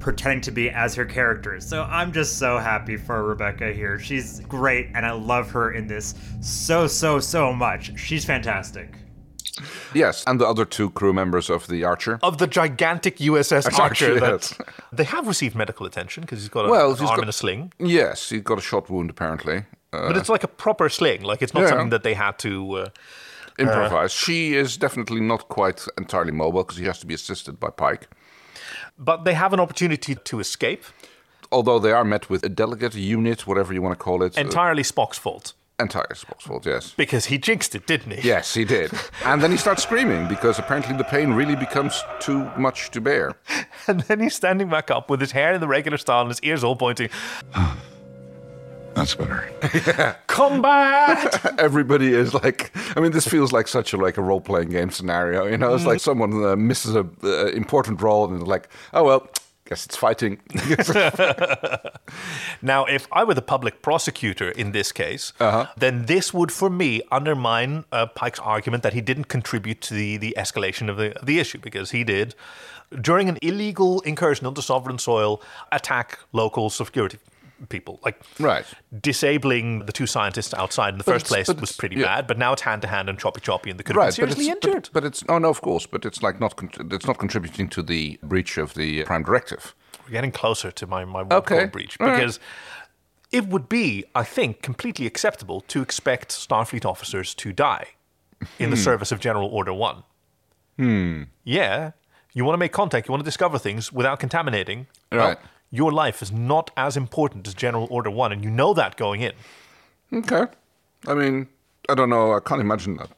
S3: pretending to be as her characters. So I'm just so happy for Rebecca here. She's great and I love her in this so, so, so much. She's fantastic.
S1: Yes, and the other two crew members of the Archer.
S2: of the gigantic USS
S1: That's
S2: Archer.
S1: actually
S2: That, they have received medical attention because he's got a,
S1: Well,
S2: an
S1: he's
S2: arm
S1: got-
S2: in a sling.
S1: Yes, he got a shot wound apparently. Uh,
S2: but it's like a proper sling. Like it's not
S1: Yeah.
S2: something that they had to uh, uh,
S1: improvised. she is definitely not quite entirely mobile because he has to be assisted by Pike.
S2: but they have an opportunity to escape.
S1: Although they are met with a delegate, a unit, whatever you want to call it.
S2: Entirely Spock's fault
S1: Uh, entire Spock's fault, yes.
S2: because he jinxed it, didn't he?
S1: Yes, he did. and then he starts screaming because apparently the pain really becomes too much to bear.
S2: *laughs*
S1: *laughs*
S2: And then he's standing back up with his hair in the regular style and his ears all pointing.
S8: That's better.
S1: *laughs*
S2: Combat!
S1: Everybody is like, I mean, this feels like such a like a role playing game scenario. You know, it's like someone uh, misses a uh, important role and they're like, oh well, Guess it's fighting. *laughs*
S2: now, if I were the public prosecutor in this case,
S1: Uh-huh.
S2: then this would, for me, undermine uh, Pike's argument that he didn't contribute to the, the escalation of the, of the issue because he did, during an illegal incursion onto sovereign soil, attack local security people. Like,
S1: right.
S2: disabling the two scientists outside in the
S1: But
S2: first
S1: it's-
S2: place
S1: but
S2: was
S1: it's-
S2: pretty
S1: yeah.
S2: bad, but now it's hand to hand and choppy choppy, and they could have been
S1: Right, but
S2: seriously
S1: it's,
S2: injured.
S1: but, but it's oh no, of course, but it's like not con- it's not contributing to the breach of the prime directive.
S2: We're getting closer to my my
S1: Okay.
S2: okay. breach
S1: All right.
S2: because it would be, I think, completely acceptable to expect Starfleet officers to die in the
S1: Hmm.
S2: service of General Order One.
S1: Hmm.
S2: Yeah, you want to make contact, you want to discover things without contaminating. Well,
S1: Right.
S2: your life is not as important as General Order One, and you know that going in.
S1: Okay. I mean, I don't know. I can't imagine that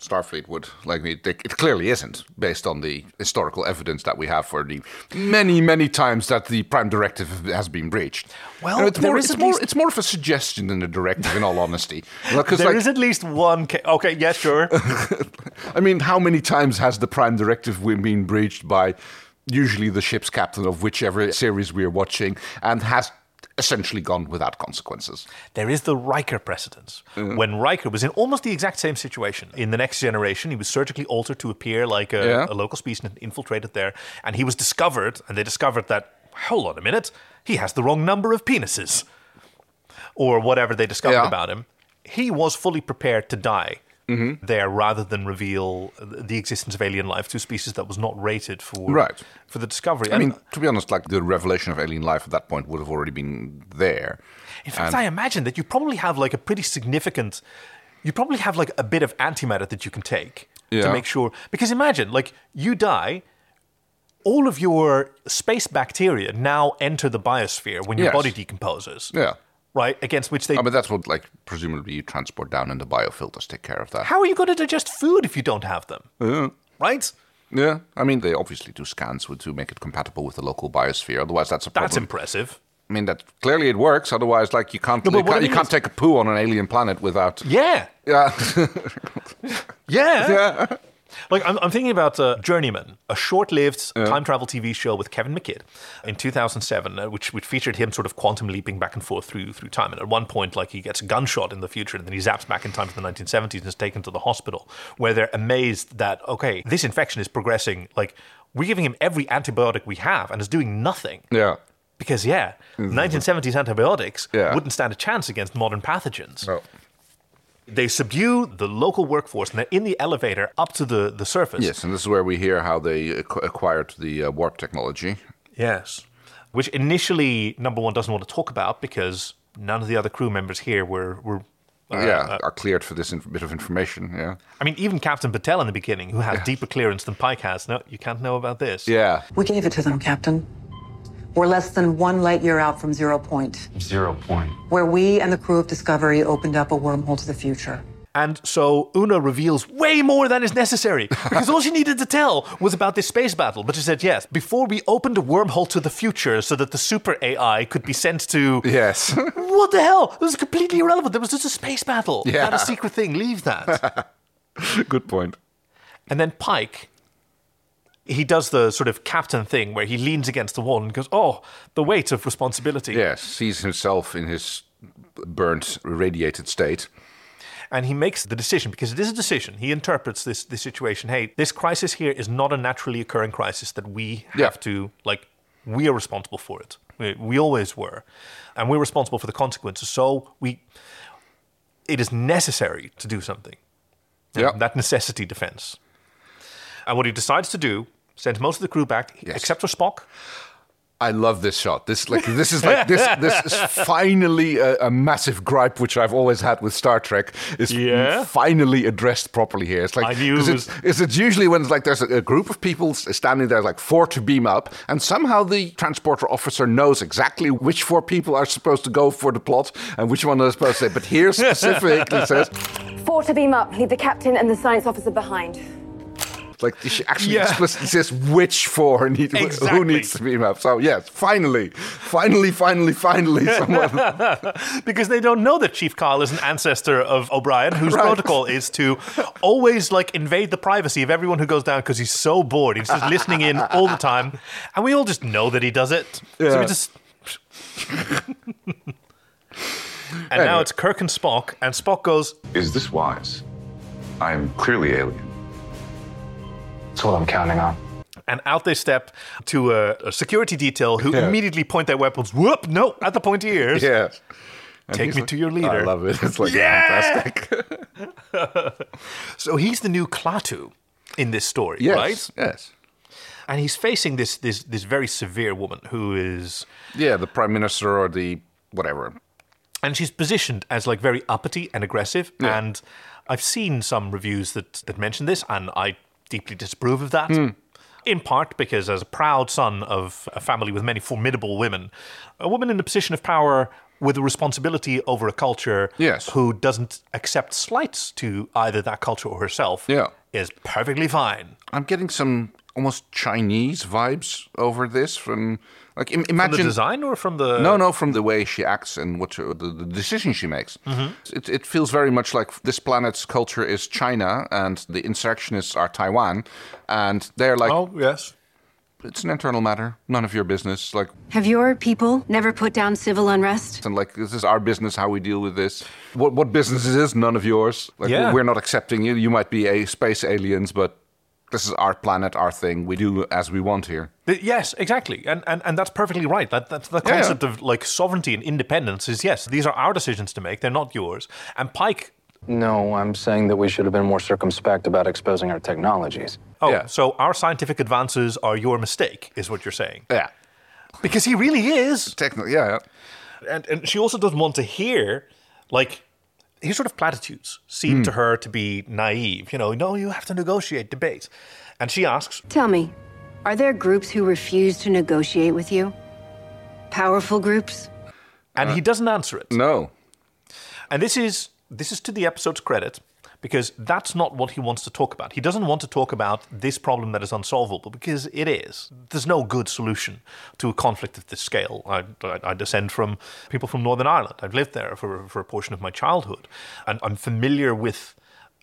S1: Starfleet would like me. They, it clearly isn't based on the historical evidence that we have for the many, many times that the prime directive has been breached.
S2: Well,
S1: You know, it's
S2: there
S1: more,
S2: is
S1: it's
S2: at
S1: more,
S2: least-
S1: it's more of a suggestion than a directive, in all
S2: *laughs*
S1: honesty.
S2: There is
S1: Because, like,
S2: at least one. Ca- okay, yeah, sure.
S1: I mean, how many times has the prime directive we- been breached by usually the ship's captain of whichever series we are watching, and has essentially gone without consequences?
S2: There is the Riker precedence.
S1: Mm-hmm.
S2: When Riker was in almost the exact same situation in the next generation, he was surgically altered to appear like a,
S1: Yeah.
S2: a local species and infiltrated there, and he was discovered, and they discovered that, hold on a minute, he has the wrong number of penises. Or whatever they discovered about him. He was fully prepared to die
S1: Mm-hmm.
S2: there rather than reveal the existence of alien life to a species that was not rated for,
S1: Right.
S2: for the discovery.
S1: I
S2: And
S1: mean, to be honest, like the revelation of alien life at that point would have already been there.
S2: In fact,
S1: And-
S2: I imagine that you probably have like a pretty significant, you probably have like a bit of antimatter that you can take to
S1: Yeah.
S2: make sure. Because imagine, like, you die, all of your space bacteria now enter the biosphere when your
S1: Yes.
S2: body decomposes.
S1: yeah.
S2: Right? Against which they.
S1: I mean, that's what, like, presumably you transport down and the biofilters take care of that.
S2: How are you going to digest food if you don't have them?
S1: Yeah.
S2: Right?
S1: Yeah. I mean, they obviously do scans with- to make it compatible with the local biosphere. Otherwise, that's a problem.
S2: That's impressive.
S1: I mean, that clearly it works. Otherwise, like, you can't,
S2: No, but
S1: you
S2: what I
S1: can't, you
S2: mean
S1: can't
S2: is-
S1: take a poo on an alien planet without.
S2: Yeah.
S1: Yeah. *laughs*
S2: Yeah. Like, I'm, I'm thinking about uh, Journeyman, a short lived time travel TV show with Kevin McKidd in 2007, uh, which, which featured him sort of quantum leaping back and forth through through time. And at one point, like, he gets a gunshot in the future and then he zaps back in time to the 1970s and is taken to the hospital, where they're amazed that, okay, this infection is progressing. Like, we're giving him every antibiotic we have and it's doing nothing.
S1: Yeah.
S2: Because, yeah, 1970s antibiotics
S1: Yeah.
S2: wouldn't stand a chance against modern pathogens. They subdue the local workforce and they're in the elevator up to the, the surface.
S1: Yes, and this is where we hear how they ac- acquired the uh, warp technology.
S2: Yes. Which initially, number one, doesn't want to talk about because none of the other crew members here were. were uh,
S1: yeah,
S2: uh,
S1: are cleared for this inf- bit of information. Yeah.
S2: I mean, even Captain Patel in the beginning, who has deeper clearance than Pike has, no, you can't know about this.
S1: Yeah.
S21: We gave it to them, Captain. We're less than one light year out from zero point,
S9: Zero point.
S21: where we and the crew of Discovery opened up a wormhole to the future.
S2: And so Una reveals way more than is
S1: *laughs*
S2: necessary because all she needed to tell was about this space battle. But she said, yes, before we opened a wormhole to the future so that the super AI could be sent to.
S1: Yes. *laughs*
S2: what the hell? It was completely irrelevant. There was just a space battle.
S1: Yeah.
S2: Not a secret thing.
S1: *laughs*
S2: Leave that.
S1: Good point.
S2: And then Pike, he does the sort of captain thing where he leans against the wall and goes, oh, the weight of responsibility.
S1: Yes, sees himself in his burnt, irradiated state.
S2: and he makes the decision because it is a decision. He interprets this this situation. Hey, this crisis here is not a naturally occurring crisis that we have to like. We are responsible for it. We, we always were, and we're responsible for the consequences. So we, it is necessary to do something.
S1: Yeah.
S2: that necessity defense. And what he decides to do sends most of the crew back, except for Spock.
S1: I love this shot. This like this is like
S2: *laughs*
S1: this this is finally a, a massive gripe which I've always had with Star Trek is
S2: Yeah?
S1: finally addressed properly here. It's like
S2: I knew
S1: 'cause
S2: it
S1: it's, it's, it's usually when it's like there's a, a group of people s- standing there like four to beam up and somehow the transporter officer knows exactly which four people are supposed to go for the plot and which one they're supposed to say. But
S2: *laughs*
S1: here specifically says
S20: Four to beam up. Leave the captain and the science officer behind.
S1: Like she actually
S2: Yeah.
S1: explicitly says which four need
S2: Exactly.
S1: who needs to be mapped. So yes, finally, finally, finally, finally, someone.
S2: *laughs* because they don't know that Chief Kyle is an ancestor of O'Brien, whose
S1: Right.
S2: protocol is to always like invade the privacy of everyone who goes down because he's so bored. He's just listening in all the time, and we all just know that he does it. So
S1: Yeah.
S2: we just. *laughs* and
S8: Anyway.
S2: now it's Kirk and Spock, and Spock goes,
S8: Is this wise? I am clearly alien.
S7: That's what I'm counting on.
S2: and out they step to a, a security detail who
S1: Yeah.
S2: immediately point their weapons. Whoop! No, at the pointy ears. *laughs*
S1: Yeah. And
S2: Take
S1: he's
S2: me
S1: like-
S2: to your leader.
S1: I love it. It's like fantastic.
S2: so he's the new Klaatu in this story,
S1: Yes,
S2: right?
S1: Yes.
S2: And he's facing this this this very severe woman who is
S1: Yeah, the prime minister or the whatever.
S2: and she's positioned as like very uppity and aggressive.
S1: Yeah.
S2: And I've seen some reviews that that mention this, and I deeply disapprove of that.
S1: Hmm.
S2: In part because, as a proud son of a family with many formidable women, a woman in a position of power with a responsibility over a culture
S1: Yes.
S2: who doesn't accept slights to either that culture or herself
S1: Yeah.
S2: is perfectly fine.
S1: I'm getting some almost Chinese vibes over this from like im- imagine
S2: design or from the
S1: no no from the way she acts and what she, the, the decision she makes.
S2: Mhm.
S1: It it feels very much like this planet's culture is China and the insurrectionists are Taiwan, and they're like oh
S2: yes,
S1: it's an internal matter, none of your business. Like
S9: Have your people never put down civil unrest?
S1: and like this is our business how we deal with this what what business is this none of yours like
S2: Yeah.
S1: we're not accepting you you might be a space aliens but this is our planet our thing we do as we want here
S2: Th- Yes, exactly, and and, and that's perfectly right. That that's the
S1: Yeah, yeah.
S2: concept of like sovereignty and independence is yes, these are our decisions to make; they're not yours. And Pike,
S7: No, I'm saying that we should have been more circumspect about exposing our technologies.
S2: oh, so our scientific advances are your mistake, is what you're saying?
S1: Yeah,
S2: because he really is
S1: technically, yeah.
S2: And and she also doesn't want to hear like his sort of platitudes seem
S9: Hmm.
S2: to her to be naive. You know, no, you have to negotiate, debate, and she asks,
S9: Tell me, are there groups who refuse to negotiate with you? Powerful groups?
S2: and he doesn't answer it.
S1: No.
S2: And this is this is to the episode's credit because that's not what he wants to talk about. He doesn't want to talk about this problem that is unsolvable because it is. There's no good solution to a conflict of this scale. I, I, I descend from people from Northern Ireland. I've lived there for, for a portion of my childhood, and I'm familiar with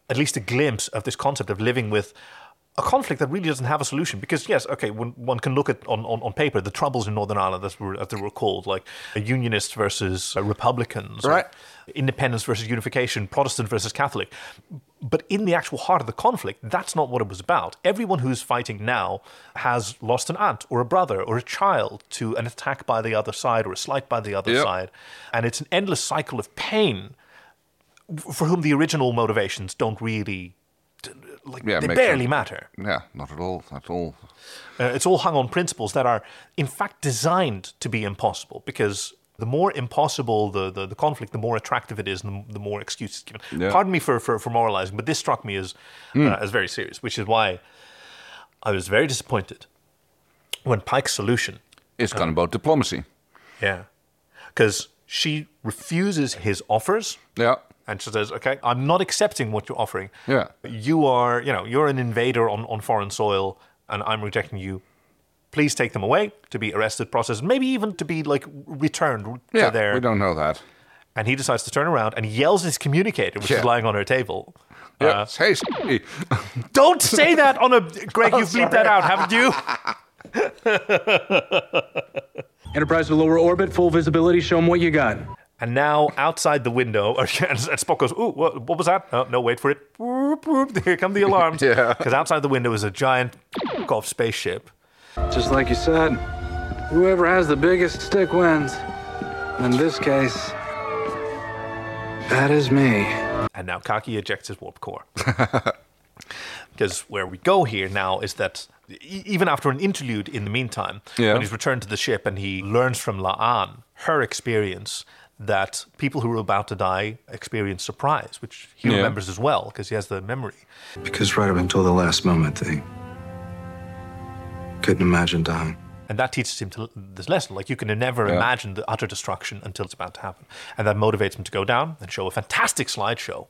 S2: at least a glimpse of this concept of living with a conflict that really doesn't have a solution because yes okay one, one can look at on, on, on paper the troubles in northern ireland as, were, as they were called like uh, unionists versus uh, republicans or
S1: Right.
S2: independence versus unification protestant versus catholic but in the actual heart of the conflict that's not what it was about everyone who's fighting now has lost an aunt or a brother or a child to an attack by the other side or a slight by the other
S1: Yep.
S2: side and it's an endless cycle of pain for whom the original motivations don't really like
S1: Yeah, it
S2: they
S1: makes
S2: barely
S1: sense.
S2: matter.
S1: yeah not at all not at all
S2: Uh, it's all hung on principles that are in fact designed to be impossible because the more impossible the, the, the conflict, the more attractive it is, and the, the more excuses given.
S1: Yeah.
S2: Pardon me for, for, for moralizing, but this struck me as
S1: Hmm.
S2: uh, as very serious, which is why I was very disappointed when Pike's solution
S1: it's gone about diplomacy
S2: yeah. Because she refuses his offers.
S1: Yeah.
S2: And she says, okay, I'm not accepting what you're offering.
S1: Yeah.
S2: You are, you know, you're an invader on, on foreign soil and I'm rejecting you. Please take them away to be arrested, processed, maybe even to be like returned
S1: Yeah,
S2: to their.
S1: we don't know that.
S2: And he decides to turn around and yells at his communicator, which
S1: Yeah.
S2: is lying on her table. Uh,
S1: yeah hey s- *laughs*
S2: Don't say that on a. Greg,
S1: Oh,
S2: you've
S1: sorry.
S2: bleeped that out, haven't you?
S11: Enterprise to lower orbit, full visibility, show them what you got.
S2: And now outside the window, *laughs* and Spock goes, "Ooh, what, what was that? Oh, no, wait for it. *laughs* Boop, boop. Here come
S1: *laughs*
S2: the alarms." yeah. Because outside the window is a giant golf spaceship.
S11: Just like you said, whoever has the biggest stick wins. In this case, that is me.
S2: And now Kaki ejects his
S11: *laughs*
S2: warp core. Because where we go here now is that e- even after an interlude in the meantime,
S1: Yeah.
S2: when he's returned to the ship and he learns from Laan her experience that people who are about to die experience surprise, which he
S11: Yeah.
S2: remembers as well because he has the memory.
S11: Because right up until the last moment, they couldn't imagine dying.
S2: And that teaches him to this lesson. Like, you can never
S11: Yeah.
S2: imagine the utter destruction until it's about to happen. And that motivates him to go down and show a fantastic slideshow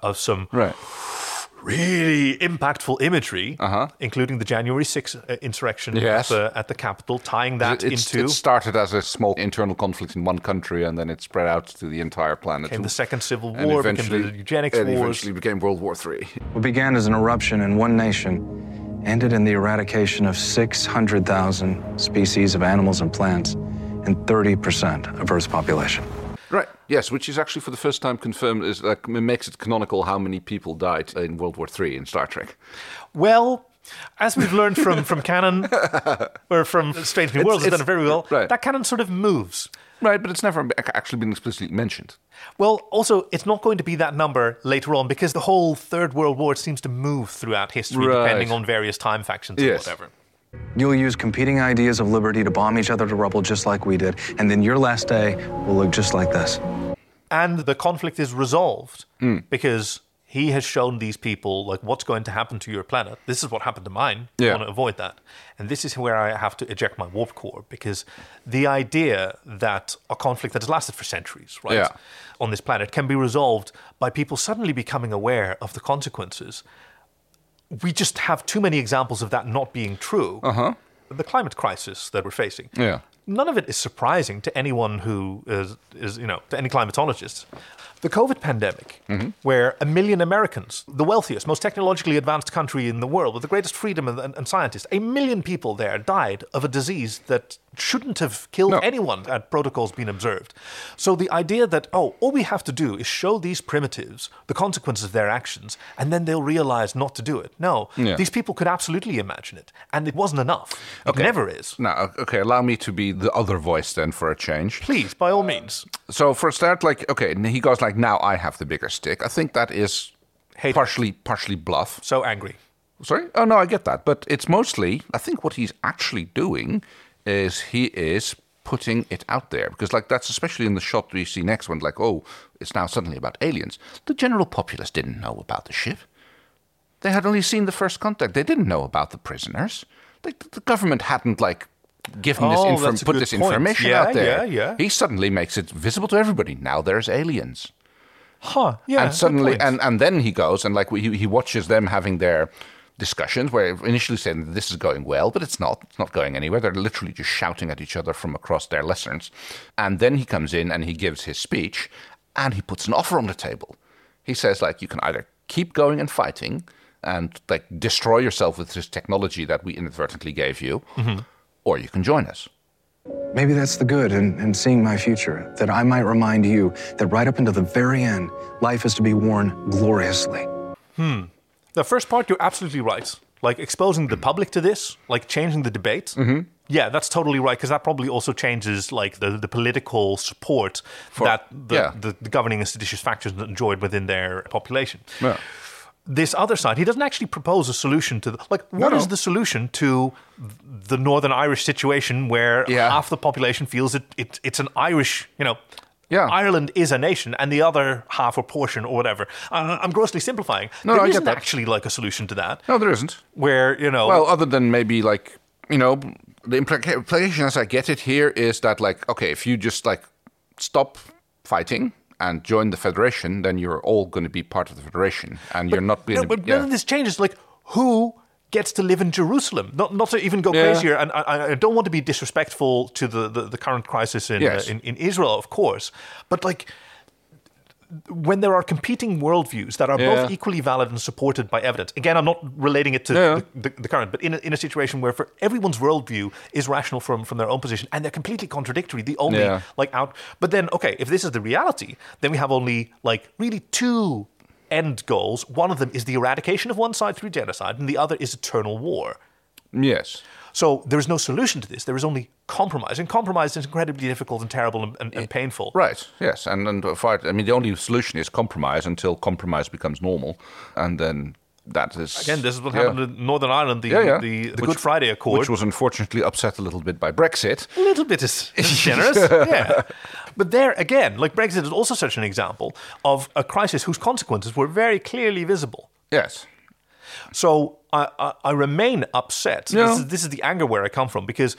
S2: of some really impactful imagery, including the January 6th uh, insurrection
S1: Uh-huh. Yes.
S2: at, the, at the Capitol, tying that
S1: It- it's-
S2: into
S1: It started as a small internal conflict in one country, and then it spread out to the entire planet.
S2: Came the Second Civil
S1: And
S2: War, became
S1: eventually-
S2: the eugenics
S1: and
S2: wars.
S1: eventually became World War III.
S7: What began as an eruption in one nation ended in the eradication of 600,000 species of animals and plants and 30% of Earth's population.
S1: *laughs* Right. Yes, which is actually for the first time confirmed is like m- makes it canonical how many people died in World War III in Star Trek.
S2: Well, as we've learned from from
S1: *laughs*
S2: canon, or from Strange New
S1: It's-
S2: Worlds, has
S1: it's-
S2: done it very well.
S1: right.
S2: That canon sort of moves.
S1: Right, but it's never actually been explicitly mentioned.
S2: Well, also, it's not going to be that number later on because the whole Third World War seems to move throughout history,
S7: Right.
S2: depending on various time factions and
S7: Yes.
S2: whatever.
S7: You'll use competing ideas of liberty to bomb each other to rubble just like we did, and then your last day will look just like this.
S2: And the conflict is resolved
S1: Mm.
S2: because he has shown these people like what's going to happen to your planet. This is what happened to mine. You
S1: Yeah.
S2: want to avoid that. And this is where I have to eject my warp core because the idea that a conflict that has lasted for centuries, right,
S1: Yeah.
S2: on this planet can be resolved by people suddenly becoming aware of the consequences. We just have too many examples of that not being true.
S1: Uh-huh.
S2: The climate crisis that we're facing.
S1: Yeah.
S2: None of it is surprising to anyone who is, is you know, to any climatologist. The COVID pandemic, where a million Americans, the wealthiest, most technologically advanced country in the world, with the greatest freedom and, and, and scientists, a million people there died of a disease that shouldn't have killed anyone had protocols been observed. So the idea that, oh, all we have to do is show these primitives the consequences of their actions, and then they'll realize not to do it. No,
S1: Yeah.
S2: these people could absolutely imagine it, and it wasn't enough. It never is.
S1: Now, okay, allow me to be the other voice then for a change.
S2: Please, by all means.
S1: So for a start, like, okay, and he goes like, now I have the bigger stick. I think that is partially, partially bluff.
S2: So angry.
S1: Sorry? Oh, no, I get that. But it's mostly, I think what he's actually doing is he is putting it out there. Because, like, that's especially in the shot we see next one, like, oh, it's now suddenly about aliens. The general populace didn't know about the ship. They had only seen the first contact. They didn't know about the prisoners. Like, the- the government hadn't, like, given this
S2: Oh,
S1: inform-
S2: that's a
S1: put
S2: good
S1: this
S2: point.
S1: information
S2: Yeah,
S1: out there.
S2: yeah, yeah.
S1: He suddenly makes it visible to everybody. Now there's aliens
S2: Huh. Yeah.
S1: and
S2: good
S1: suddenly
S2: point.
S1: and, and then he goes and like he, he watches them having their discussions where initially saying this is going well but it's not it's not going anywhere they're literally just shouting at each other from across their lessons and then he comes in and he gives his speech and he puts an offer on the table he says like you can either keep going and fighting and like destroy yourself with this technology that we inadvertently gave you
S2: Mm-hmm.
S1: or you can join us
S7: Maybe that's the good in, in seeing my future, that I might remind you that right up until the very end, life is to be worn gloriously.
S2: Hmm. The first part, you're absolutely right. Like exposing the public to this, like changing the debate. Mm-hmm. Yeah, that's totally right because that probably also changes like the, the political support that the,
S1: yeah.
S2: the, the governing and seditious factions enjoyed within their population.
S1: Yeah.
S2: This other side, he doesn't actually propose a solution to the, like what is
S1: no.
S2: the solution to the Northern Irish situation where half the population feels it, it it's an Irish, you know, yeah. Ireland is a nation, and the other half or portion or whatever. I, I'm grossly simplifying.
S1: No,
S2: There
S1: no, I get
S2: isn't
S1: that.
S2: actually like a solution to that.
S1: No, there isn't.
S2: Where you know,
S1: Well, other than maybe like you know, the implica- implication as I get it here is that like okay, if you just like stop fighting and join the federation, then you're all going to be part of the federation, and you're not being.
S2: no, but
S1: yeah.
S2: none of this changes. Like who gets to live in Jerusalem? Not not to even go
S1: Yeah.
S2: crazier. And I- I, I don't want to be disrespectful to the the, the current crisis in,
S1: Yes.
S2: uh, in in Israel, of course, but like. When there are competing worldviews that are both
S1: Yeah.
S2: equally valid and supported by evidence, again, I'm not relating it to
S1: Yeah.
S2: the, the, the current, but in a, in a situation where for everyone's worldview is rational from from their own position and they're completely contradictory, the only
S1: Yeah.
S2: like out. But then, okay, if this is the reality, then we have only like really two end goals. One of them is the eradication of one side through genocide, and the other is eternal war.
S1: Yes.
S2: So there is no solution to this. There is only compromise, and compromise is incredibly difficult and terrible and, and, and painful.
S1: Right. Yes, and and if I, I mean the only solution is compromise until compromise becomes normal, and then that is
S2: Again, this is what
S1: yeah.
S2: happened in Northern Ireland. The
S1: Yeah, yeah.
S2: the, the
S1: Which-
S2: Good Friday Accord,
S1: which was unfortunately upset a little bit by Brexit.
S2: A little bit is is generous. yeah. But there again, like Brexit is also such an example of a crisis whose consequences were very clearly visible.
S1: Yes.
S2: So I, I, I remain upset.
S1: Yeah.
S2: This, is, this is the anger where I come from because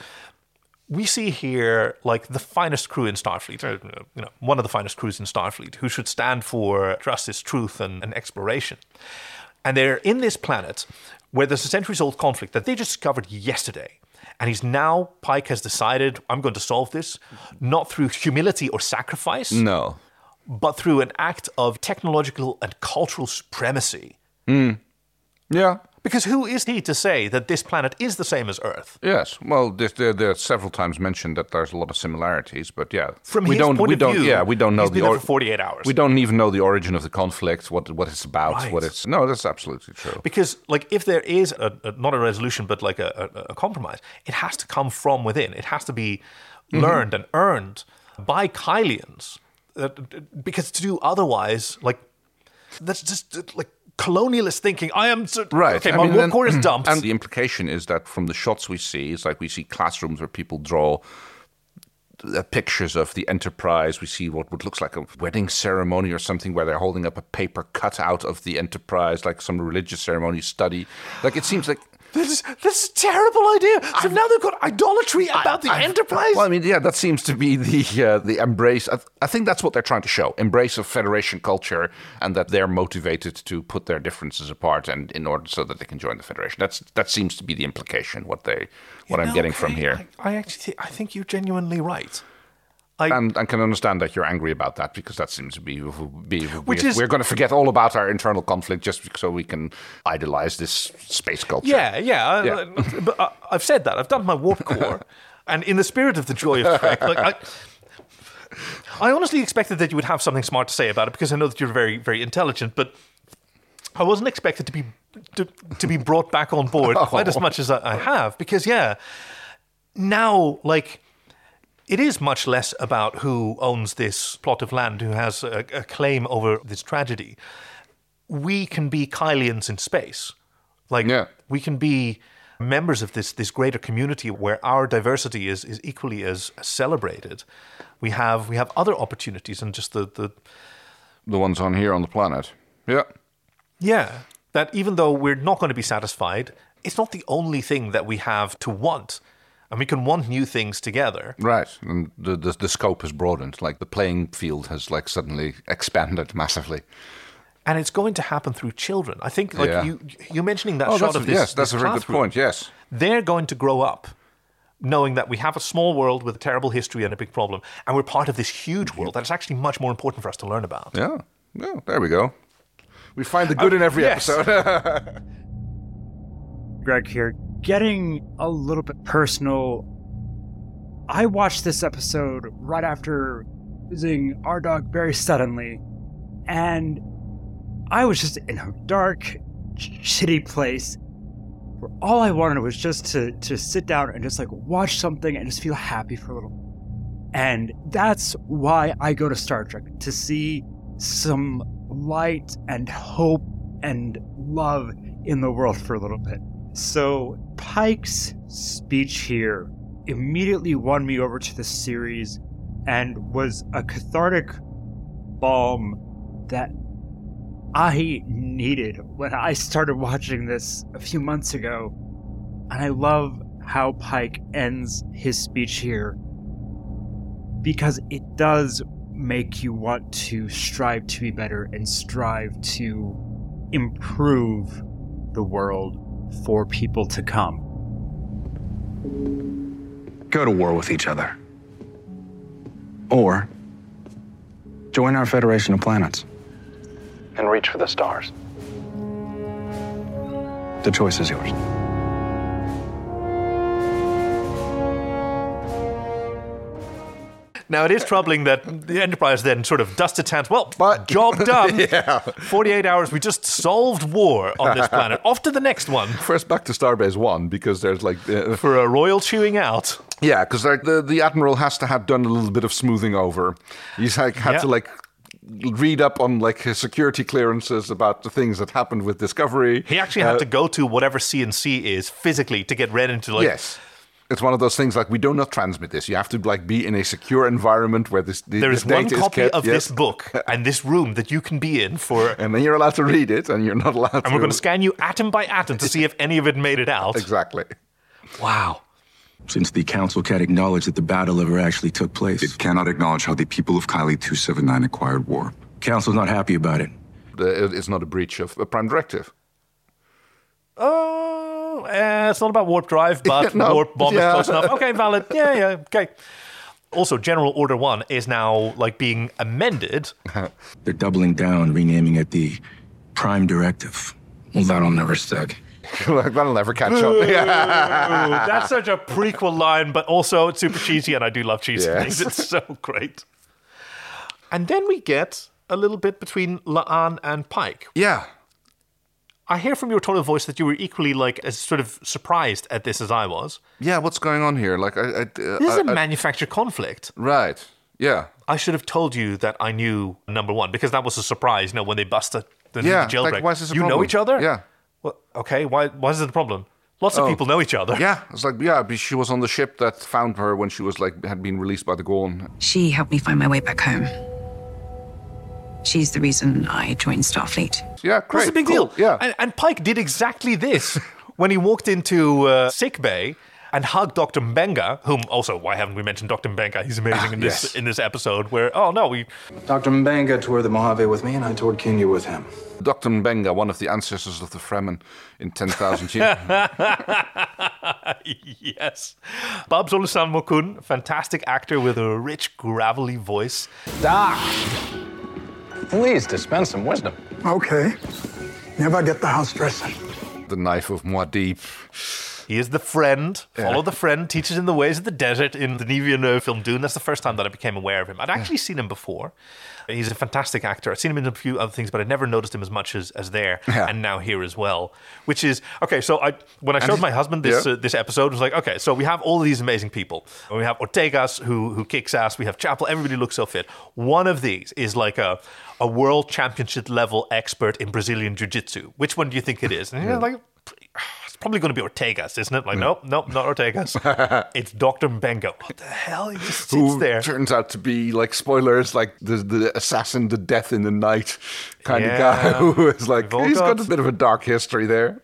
S2: we see here like the finest crew in Starfleet, or, you know, one of the finest crews in Starfleet, who should stand for justice, truth, and, and exploration. And they're in this planet where there's a centuries old conflict that they discovered yesterday. And he's now, Pike has decided, I'm going to solve this, not through humility or sacrifice.
S1: No.
S2: But through an act of technological and cultural supremacy.
S1: Hmm. Yeah.
S2: Because who is he to say that this planet is the same as Earth?
S1: Yes. Well, there's, there, there are several times mentioned that there's a lot of similarities, but yeah,
S2: From
S1: we
S2: his
S1: don't,
S2: point
S1: we
S2: of
S1: don't,
S2: view,
S1: yeah, we don't know
S2: he's
S1: the
S2: been there
S1: or-
S2: for 48 hours.
S1: We don't even know the origin of the conflict, what what it's about,
S2: Right.
S1: what it's. No, that's absolutely true.
S2: Because, like, if there is a, a- not a resolution, but like a, a, a compromise, it has to come from within. It has to be
S1: Mhm.
S2: learned and earned by Kylians. Uh, Because to do otherwise, like, that's just uh, like colonialist thinking. I am so,
S1: Right.
S2: Okay,
S1: I
S2: my
S1: mean,
S2: war
S1: and- *clears throat*
S2: core is dumped.
S1: And the implication is that from the shots we see, it's like we see classrooms where people draw uh, pictures of the Enterprise. We see what, what looks like a wedding ceremony or something where they're holding up a paper cutout of the Enterprise, like some religious ceremony study. Like it seems like.
S2: This is, this is a terrible idea. So now they've got idolatry about the Enterprise.
S1: Well, I mean, yeah, that seems to be the uh, the embrace. I, I think that's what they're trying to show: embrace of Federation culture, and that they're motivated to put their differences apart, and in order so that they can join the Federation. That's that seems to be the implication. What they, what I'm
S2: know,
S1: getting from here.
S2: I actually, thi- I think you're genuinely right.
S1: and I can understand that you're angry about that because that seems to be, be
S2: Which
S1: we're,
S2: is-
S1: we're going to forget all about our internal conflict just so we can idolize this space culture.
S2: Yeah, yeah. I-
S1: Yeah.
S2: I- but I, I've said that. I've done my
S1: *laughs*
S2: warp core, and in the spirit of the joy of Trek, like I, I honestly expected that you would have something smart to say about it because I know that you're very, very intelligent. But I wasn't expected to be to, to be brought back on
S1: *laughs*
S2: board quite as much as I, I have because yeah, now like. It is much less about who owns this plot of land, who has a, a claim over this tragedy. We can be Kylians in space. Like we can be members of this this greater community where our diversity is is equally as celebrated. We have we have other opportunities and just the the
S1: the ones on here on the planet. Yeah.
S2: yeah, that even though we're not going to be satisfied, it's not the only thing that we have to want. And we can want new things together.
S1: Right, and the, the the scope has broadened. Like the playing field has like suddenly expanded massively.
S2: And it's going to happen through children. I think like
S1: Yeah.
S2: you you're mentioning that
S1: Oh,
S2: shot
S1: that's-
S2: of this.
S1: yes, that's
S2: this
S1: a very good
S2: classroom.
S1: point, yes.
S2: They're going to grow up knowing that we have a small world with a terrible history and a big problem, and we're part of this huge world that is actually much more important for us to learn about.
S1: Yeah, yeah. There we go. We find the good in every
S2: Uh, yes.
S1: episode. *laughs*
S3: Greg here, getting a little bit personal. I watched this episode right after losing our dog very suddenly, and I was just in a dark, shitty place where all I wanted was just to, to sit down and just like watch something and just feel happy for a little and that's why I go to Star Trek to see some light and hope and love in the world for a little bit. So, Pike's speech here immediately won me over to the series and was a cathartic balm that I needed when I started watching this a few months ago. And I love how Pike ends his speech here because it does make you want to strive to be better and strive to improve the world for people to come.
S7: Go to war with each other. Or join our Federation of Planets.
S11: And reach for the stars.
S7: The choice is yours.
S2: Now it is troubling that the Enterprise then sort of dusts its hands. Well, *laughs* job
S1: *laughs*
S2: done.
S1: Yeah.
S2: Forty-eight hours. We just solved war
S1: *laughs*
S2: on this planet. Off to the next one.
S1: First, back to Starbase One because there's like uh,
S2: for a royal chewing out.
S1: Yeah, because the the admiral has to have done a little bit of smoothing over. He's like had
S2: Yeah.
S1: to like read up on like his security clearances about the things that happened with Discovery.
S2: He actually had
S1: Uh,
S2: to go to whatever CNC is physically to get read into like
S1: yes. It's one of those things like we do not transmit this. You have to like be in a secure environment where this, this
S2: there
S1: *laughs*
S2: is one
S1: data is
S2: copy
S1: kept,
S2: of
S1: yes.
S2: this book and this room that you can be in for
S1: and then you're allowed to read it and you're not allowed to
S2: and we're going to scan you atom by atom to see if any of it made it out
S1: exactly
S2: wow
S12: Since the Council can't acknowledge that the battle ever actually took place.
S8: It cannot acknowledge how the people of Kylie 279 acquired war.
S12: Council's not happy about it.
S1: The- it's not a breach of a prime directive. *laughs*
S2: Oh, eh, it's not about warp drive, but
S22: No.
S2: warp bomb
S22: Yeah.
S2: is close enough. Okay, valid. Yeah, yeah, okay. Also, General Order One is now like being amended.
S12: They're doubling down, renaming it the Prime Directive. Well, that'll never stick.
S1: that'll never catch
S2: Ooh, *laughs* that's such a prequel line, but also it's super cheesy, and I do love cheesy
S22: Yes.
S2: things. It's so great. And then we get a little bit between Laan and Pike.
S1: Yeah.
S2: I hear from your tone of voice that you were equally like as sort of surprised at this as I was.
S1: Yeah, what's going on here? Like, I, I, uh,
S2: This is
S1: I-
S2: a
S1: I-
S2: manufactured conflict.
S1: Right. Yeah.
S2: I should have told you that I knew number one because that was a surprise. You know, when they busted the
S1: Yeah,
S2: jailbreak.
S1: like, why is this a
S2: you know
S1: problem?
S2: each other?
S1: Yeah.
S2: Well, okay. Why? Why is it a problem? Lots of
S1: Oh.
S2: people know each other.
S1: Yeah, it's like yeah, but she was on the ship that found her when she was like had been released by the Gorn.
S19: She helped me find my way back home. She's the reason I joined Starfleet.
S1: Yeah,
S2: What's the big deal? Yeah. And, and Pike did
S1: *laughs*
S2: exactly this when he walked into uh, sick bay and hugged Dr. Mbenga, whom also why haven't we mentioned Dr. Mbenga? He's
S1: Ah,
S2: amazing in this
S12: yes.
S2: in this episode. Where oh no, we
S12: Dr. Mbanga toured the Mojave with me, and I toured Kenya with him.
S1: Dr. Mbenga, one of the ancestors of the Fremen in 10,000
S2: *laughs*
S1: years.
S2: yes, Babs Olusan Mokun, fantastic actor with a rich gravelly voice.
S12: Doc, please dispense some wisdom.
S23: Okay. Never get the house dressing.
S1: the knife of Muad'Dib.
S2: He is the friend.
S1: Yeah.
S2: Follow the friend. Teaches in the ways of the desert in the Nevian film Dune. That's the first time that I became aware of him. I'd actually seen him before. He's a fantastic actor. I'd seen him in a few other things, but I never noticed him as much as, as there, and now here as well. Which is okay. So I when I
S22: And
S2: showed
S22: he-
S2: my husband this
S22: Yeah.
S2: uh, this episode, I was like, okay, so we have all these amazing people. We have Ortegas who who kicks ass. We have Chapel. Everybody looks so fit. One of these is like a a world championship level expert in Brazilian jiu jitsu. Which one do you think it is? And you're like, it's probably going to be Ortegas, isn't it? Like, nope, nope, not Ortegas. it's Dr. Mbengo. What the hell? He just sits
S1: Who
S2: there.
S1: turns out to be, like, spoilers, like the, the assassin, the death in the night kind
S2: Yeah.
S1: of guy who is like,
S2: We've all
S1: he's got
S2: got-
S1: a bit of a dark history there.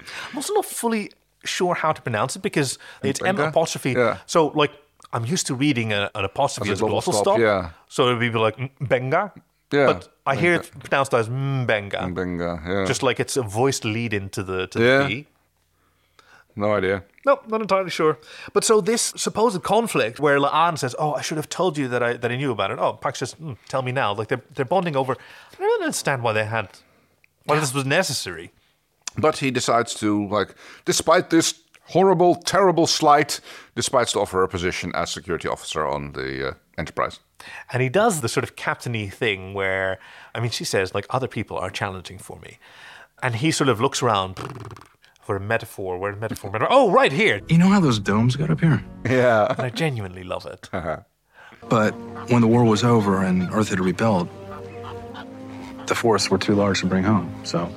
S2: I'm also not fully sure how to pronounce it because it's M
S1: Mbenga?
S2: apostrophe.
S1: Yeah.
S2: So, like, I'm used to reading a, an apostrophe
S1: As
S2: as
S1: a
S2: a
S1: glottal
S2: glottal
S1: stop,
S2: stop.
S1: yeah.
S2: So it would be like Mbenga.
S1: Yeah,
S2: But I hear
S1: Mbenga.
S2: it pronounced as Mbenga.
S1: Mbenga, yeah.
S2: Just like it's a voiced lead into the, to
S1: Yeah.
S2: the B.
S1: No idea.
S2: No, not entirely sure. But so this supposed conflict where Laan says, "Oh, I should have told you that I that I knew about it." Oh, Pax just mm, tell me now. Like they're they're bonding over. I don't understand why they had why this was necessary.
S1: But he decides to, like, despite this horrible, terrible slight, decides to offer a position as security officer on the uh, Enterprise.
S2: And he does the sort of captainy thing where I mean, she says like other people are challenging for me, and he sort of looks around for a metaphor. Where a metaphor? metaphor. Oh, right here. *laughs*
S7: You know how those domes got up here?
S1: Yeah.
S2: And I genuinely love it.
S1: Uh-huh.
S7: But when the war was over and Earth had rebuilt, the forests were too large to bring home, so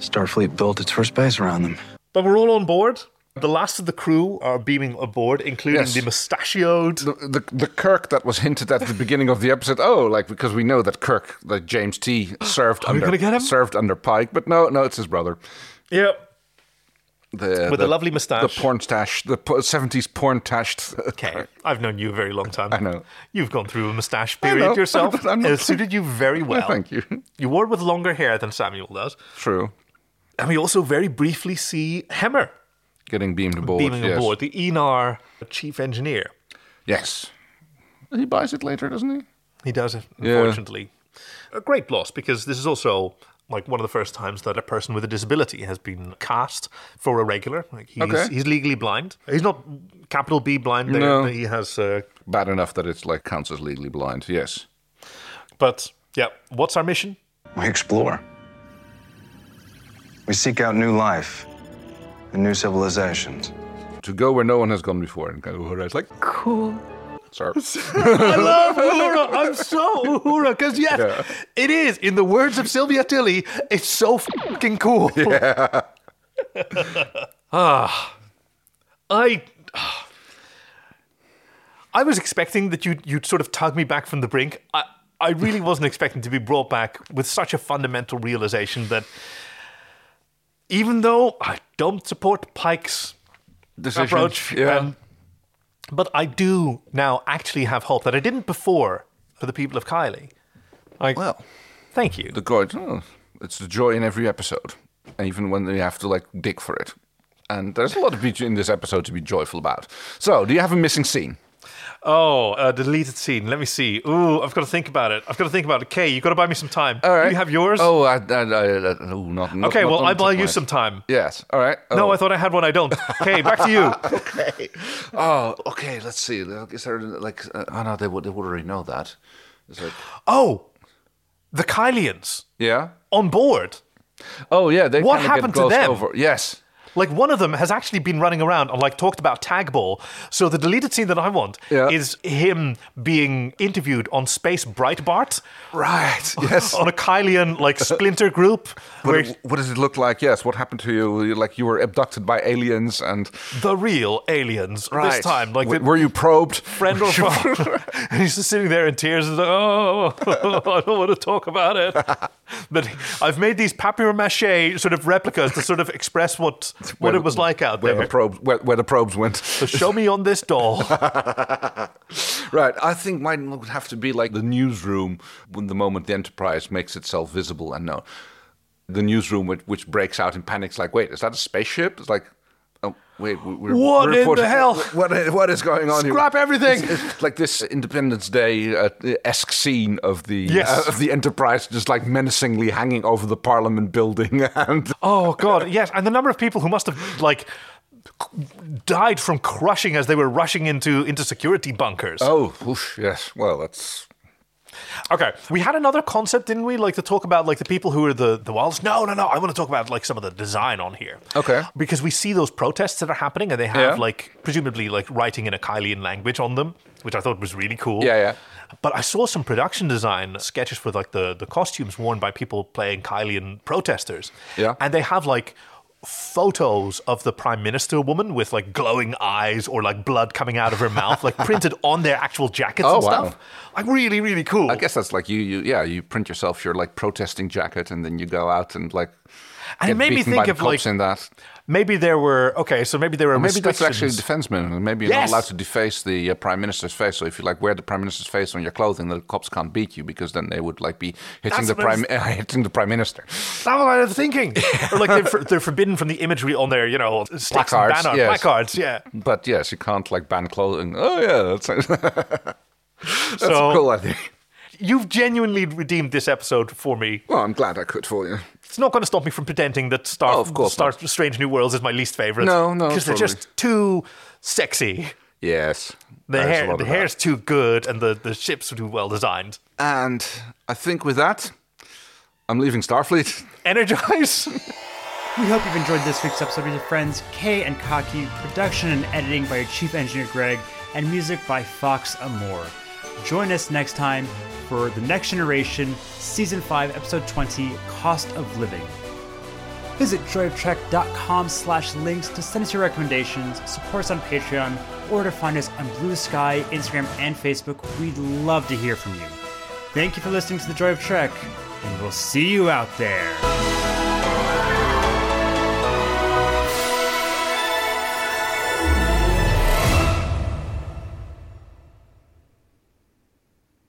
S7: Starfleet built its first base around them.
S2: But we're all on board. The last of the crew are beaming aboard, including
S1: Yes.
S2: the mustachioed.
S1: The, the Kirk that was hinted at at the beginning of the episode. Oh, like because we know that Kirk, that James
S2: *gasps*
S1: T, served
S2: we
S1: under
S2: gonna get him?
S1: served under Pike, but no, no, it's his brother.
S2: Yep.
S1: The,
S2: With a lovely moustache.
S1: the porn stash, the seventies porn tashed. *laughs*
S2: Okay, I've known you a very long time. I
S1: know
S2: you've gone through a moustache
S1: I
S2: period
S1: know, *laughs*
S2: yourself.
S1: but I'm not-
S2: It suited you very well.
S1: thank you.
S2: You wore it with longer hair than Samuel does.
S1: True.
S2: And we also very briefly see Hemmer
S1: Getting beamed aboard.
S2: beaming
S1: yes.
S2: aboard, the E Enar chief engineer.
S1: Yes. He buys it later, doesn't he?
S2: He does it,
S1: Yeah.
S2: unfortunately. A great loss because this is also like one of the first times that a person with a disability has been cast for a regular. Like he's,
S1: Okay.
S2: he's legally blind. He's not capital B blind. There,
S1: No.
S2: he has uh,
S1: Bad enough that it's like counts as legally blind. Yes.
S2: But yeah, what's our mission?
S7: We explore. We seek out new life and new civilizations.
S1: To go where no one has gone before, and kind of Uhura is like
S7: cool.
S2: *laughs*
S1: Sorry.
S2: I love Uhura.
S1: *laughs*
S2: I'm so Uhura because yes,
S1: Yeah.
S2: it is. In the words of Sylvia Tilly, it's so fucking cool.
S1: Yeah.
S2: *laughs* ah, I. ah. I was expecting that you'd, you'd sort of tug me back from the brink. I, I really wasn't expecting to be brought back with such a fundamental realization that even though I don't support Pike's
S1: Decision,
S2: approach, Um,
S1: yeah.
S2: and- but I do now actually have hope that I didn't before for the people of Kylie. I, well, thank you.
S1: The God, oh, it's the joy in every episode. even when they have to like dig for it. And there's a lot of beach in this episode to be joyful about. So, do you have a missing scene?
S2: Oh, a deleted scene. Let me see. Ooh, I've got to think about it. I've got to think about it. Kay, you've got to buy me some time. All right. You have yours?
S1: Oh, I, I, I, I- oh, not, not
S2: okay,
S1: not
S2: well,
S1: on
S2: I
S1: top
S2: buy
S1: of
S2: you
S1: my-
S2: some time.
S1: Yes. All right.
S2: No,
S1: Oh.
S2: I thought I had one. I don't. Okay, back to you.
S1: okay. Oh, okay. Let's see. Like, Is there like? Uh, oh no, they would. They would already know that. Is it-
S2: Oh, the Kylians
S1: yeah.
S2: on board.
S1: Oh yeah, they
S2: what
S1: kinda get
S2: happened to
S1: glossed
S2: them?
S1: over. Yes.
S2: Like one of them has actually been running around and like talked about tag ball. So the deleted scene that I want is him being interviewed on Space Breitbart. *laughs*
S1: Right. Yes.
S2: on a Kylian like splinter
S1: *laughs*
S2: group.
S1: What, it- what does it look like? Yes. What happened to you? Like you were abducted by aliens and
S2: the real aliens. This
S1: Right.
S2: time, like
S1: W-
S2: the-
S1: were you probed? *laughs*
S2: friend or foe. *laughs* and he's just sitting there in tears and like, oh, *laughs* I don't want to talk
S1: *laughs*
S2: about it. but I've made these papier-mâché sort of replicas to sort of express what what it was like out
S1: where
S2: there.
S1: the probes where, where the probes went. *laughs*
S2: so show me on this doll.
S1: right. I think mine would have to be like the newsroom when the moment the Enterprise makes itself visible and known. The newsroom which, which breaks out in panics, like, wait, is that a spaceship? It's like, oh, wait, we- we're we're
S2: What in the
S1: reporting-
S2: hell?
S1: *laughs* What, what is going on? here?
S2: Scrap everything!
S1: It's, it's like this Independence Day uh, esque scene of the
S2: Yes.
S1: uh, of the Enterprise just like menacingly hanging over the Parliament building, *laughs* and
S2: oh god, yes. And the number of people who must have like c- died from crushing as they were rushing into into security bunkers.
S1: oh, whoosh, yes, well, that's
S2: Okay, we had another concept, didn't we? Like to talk about like the people who are the the wilds. No, no, no. I want to talk about like some of the design on here.
S1: okay.
S2: because we see those protests that are happening and they have
S1: Yeah.
S2: like presumably like writing in a Kylian language on them, which I thought was really cool.
S1: Yeah, yeah.
S2: But I saw some production design sketches for like the, the costumes worn by people playing Kylian protesters.
S1: Yeah.
S2: And they have like photos of the prime minister woman with like glowing eyes or like blood coming out of her mouth, like
S1: *laughs*
S2: printed on their actual jackets
S1: Oh,
S2: and
S1: wow.
S2: stuff. Like really, really cool.
S1: I guess that's like you, you, yeah, you print yourself your like protesting jacket, and then you go out and like.
S2: And it
S1: get
S2: made me
S1: beaten by
S2: think
S1: the
S2: of, like,
S1: cops in that.
S2: Maybe there were okay, so maybe there were
S1: Or maybe that's actually
S2: restrictions.
S1: defensemen. and Maybe you're
S2: Yes.
S1: not allowed to deface the uh, prime minister's face. So if you like wear the prime minister's face on your clothing, the cops can't beat you because then they would like be hitting
S2: That's
S1: the
S2: what I was-
S1: prime *laughs* hitting the prime minister.
S2: That's what I was *laughs* thinking. or like they're, for, they're forbidden from the imagery on their, you know, sticks and
S1: Placards,
S2: banner-
S1: yes.
S2: placards. Yeah.
S1: But yes, you can't like ban clothing. Oh yeah, that's, *laughs* that's
S2: So-
S1: a cool idea.
S2: You've genuinely redeemed this episode for me.
S1: Well, I'm glad I could for you.
S2: It's not going to stop me from pretending that Star,
S1: Oh, of course
S2: Star Strange New Worlds is my least favorite.
S1: No, no,
S2: because they're
S1: totally.
S2: just too sexy.
S1: Yes,
S2: The
S1: there's a
S2: hair,
S1: lot
S2: the
S1: of that.
S2: hair's too good, and the, the ships are too well designed.
S1: And I think with that, I'm leaving Starfleet.
S2: Energize.
S3: We hope you've enjoyed this week's episode with your friends Kay and Kaki, production and editing by your chief engineer Greg, and music by Fox Amore. Join us next time for The Next Generation, Season 5, Episode 20, Cost of Living. Visit joyoftrek.com slash links to send us your recommendations, support us on Patreon, or to find us on Blue Sky, Instagram, and Facebook. We'd love to hear from you. Thank you for listening to The Joy of Trek, and we'll see you out there.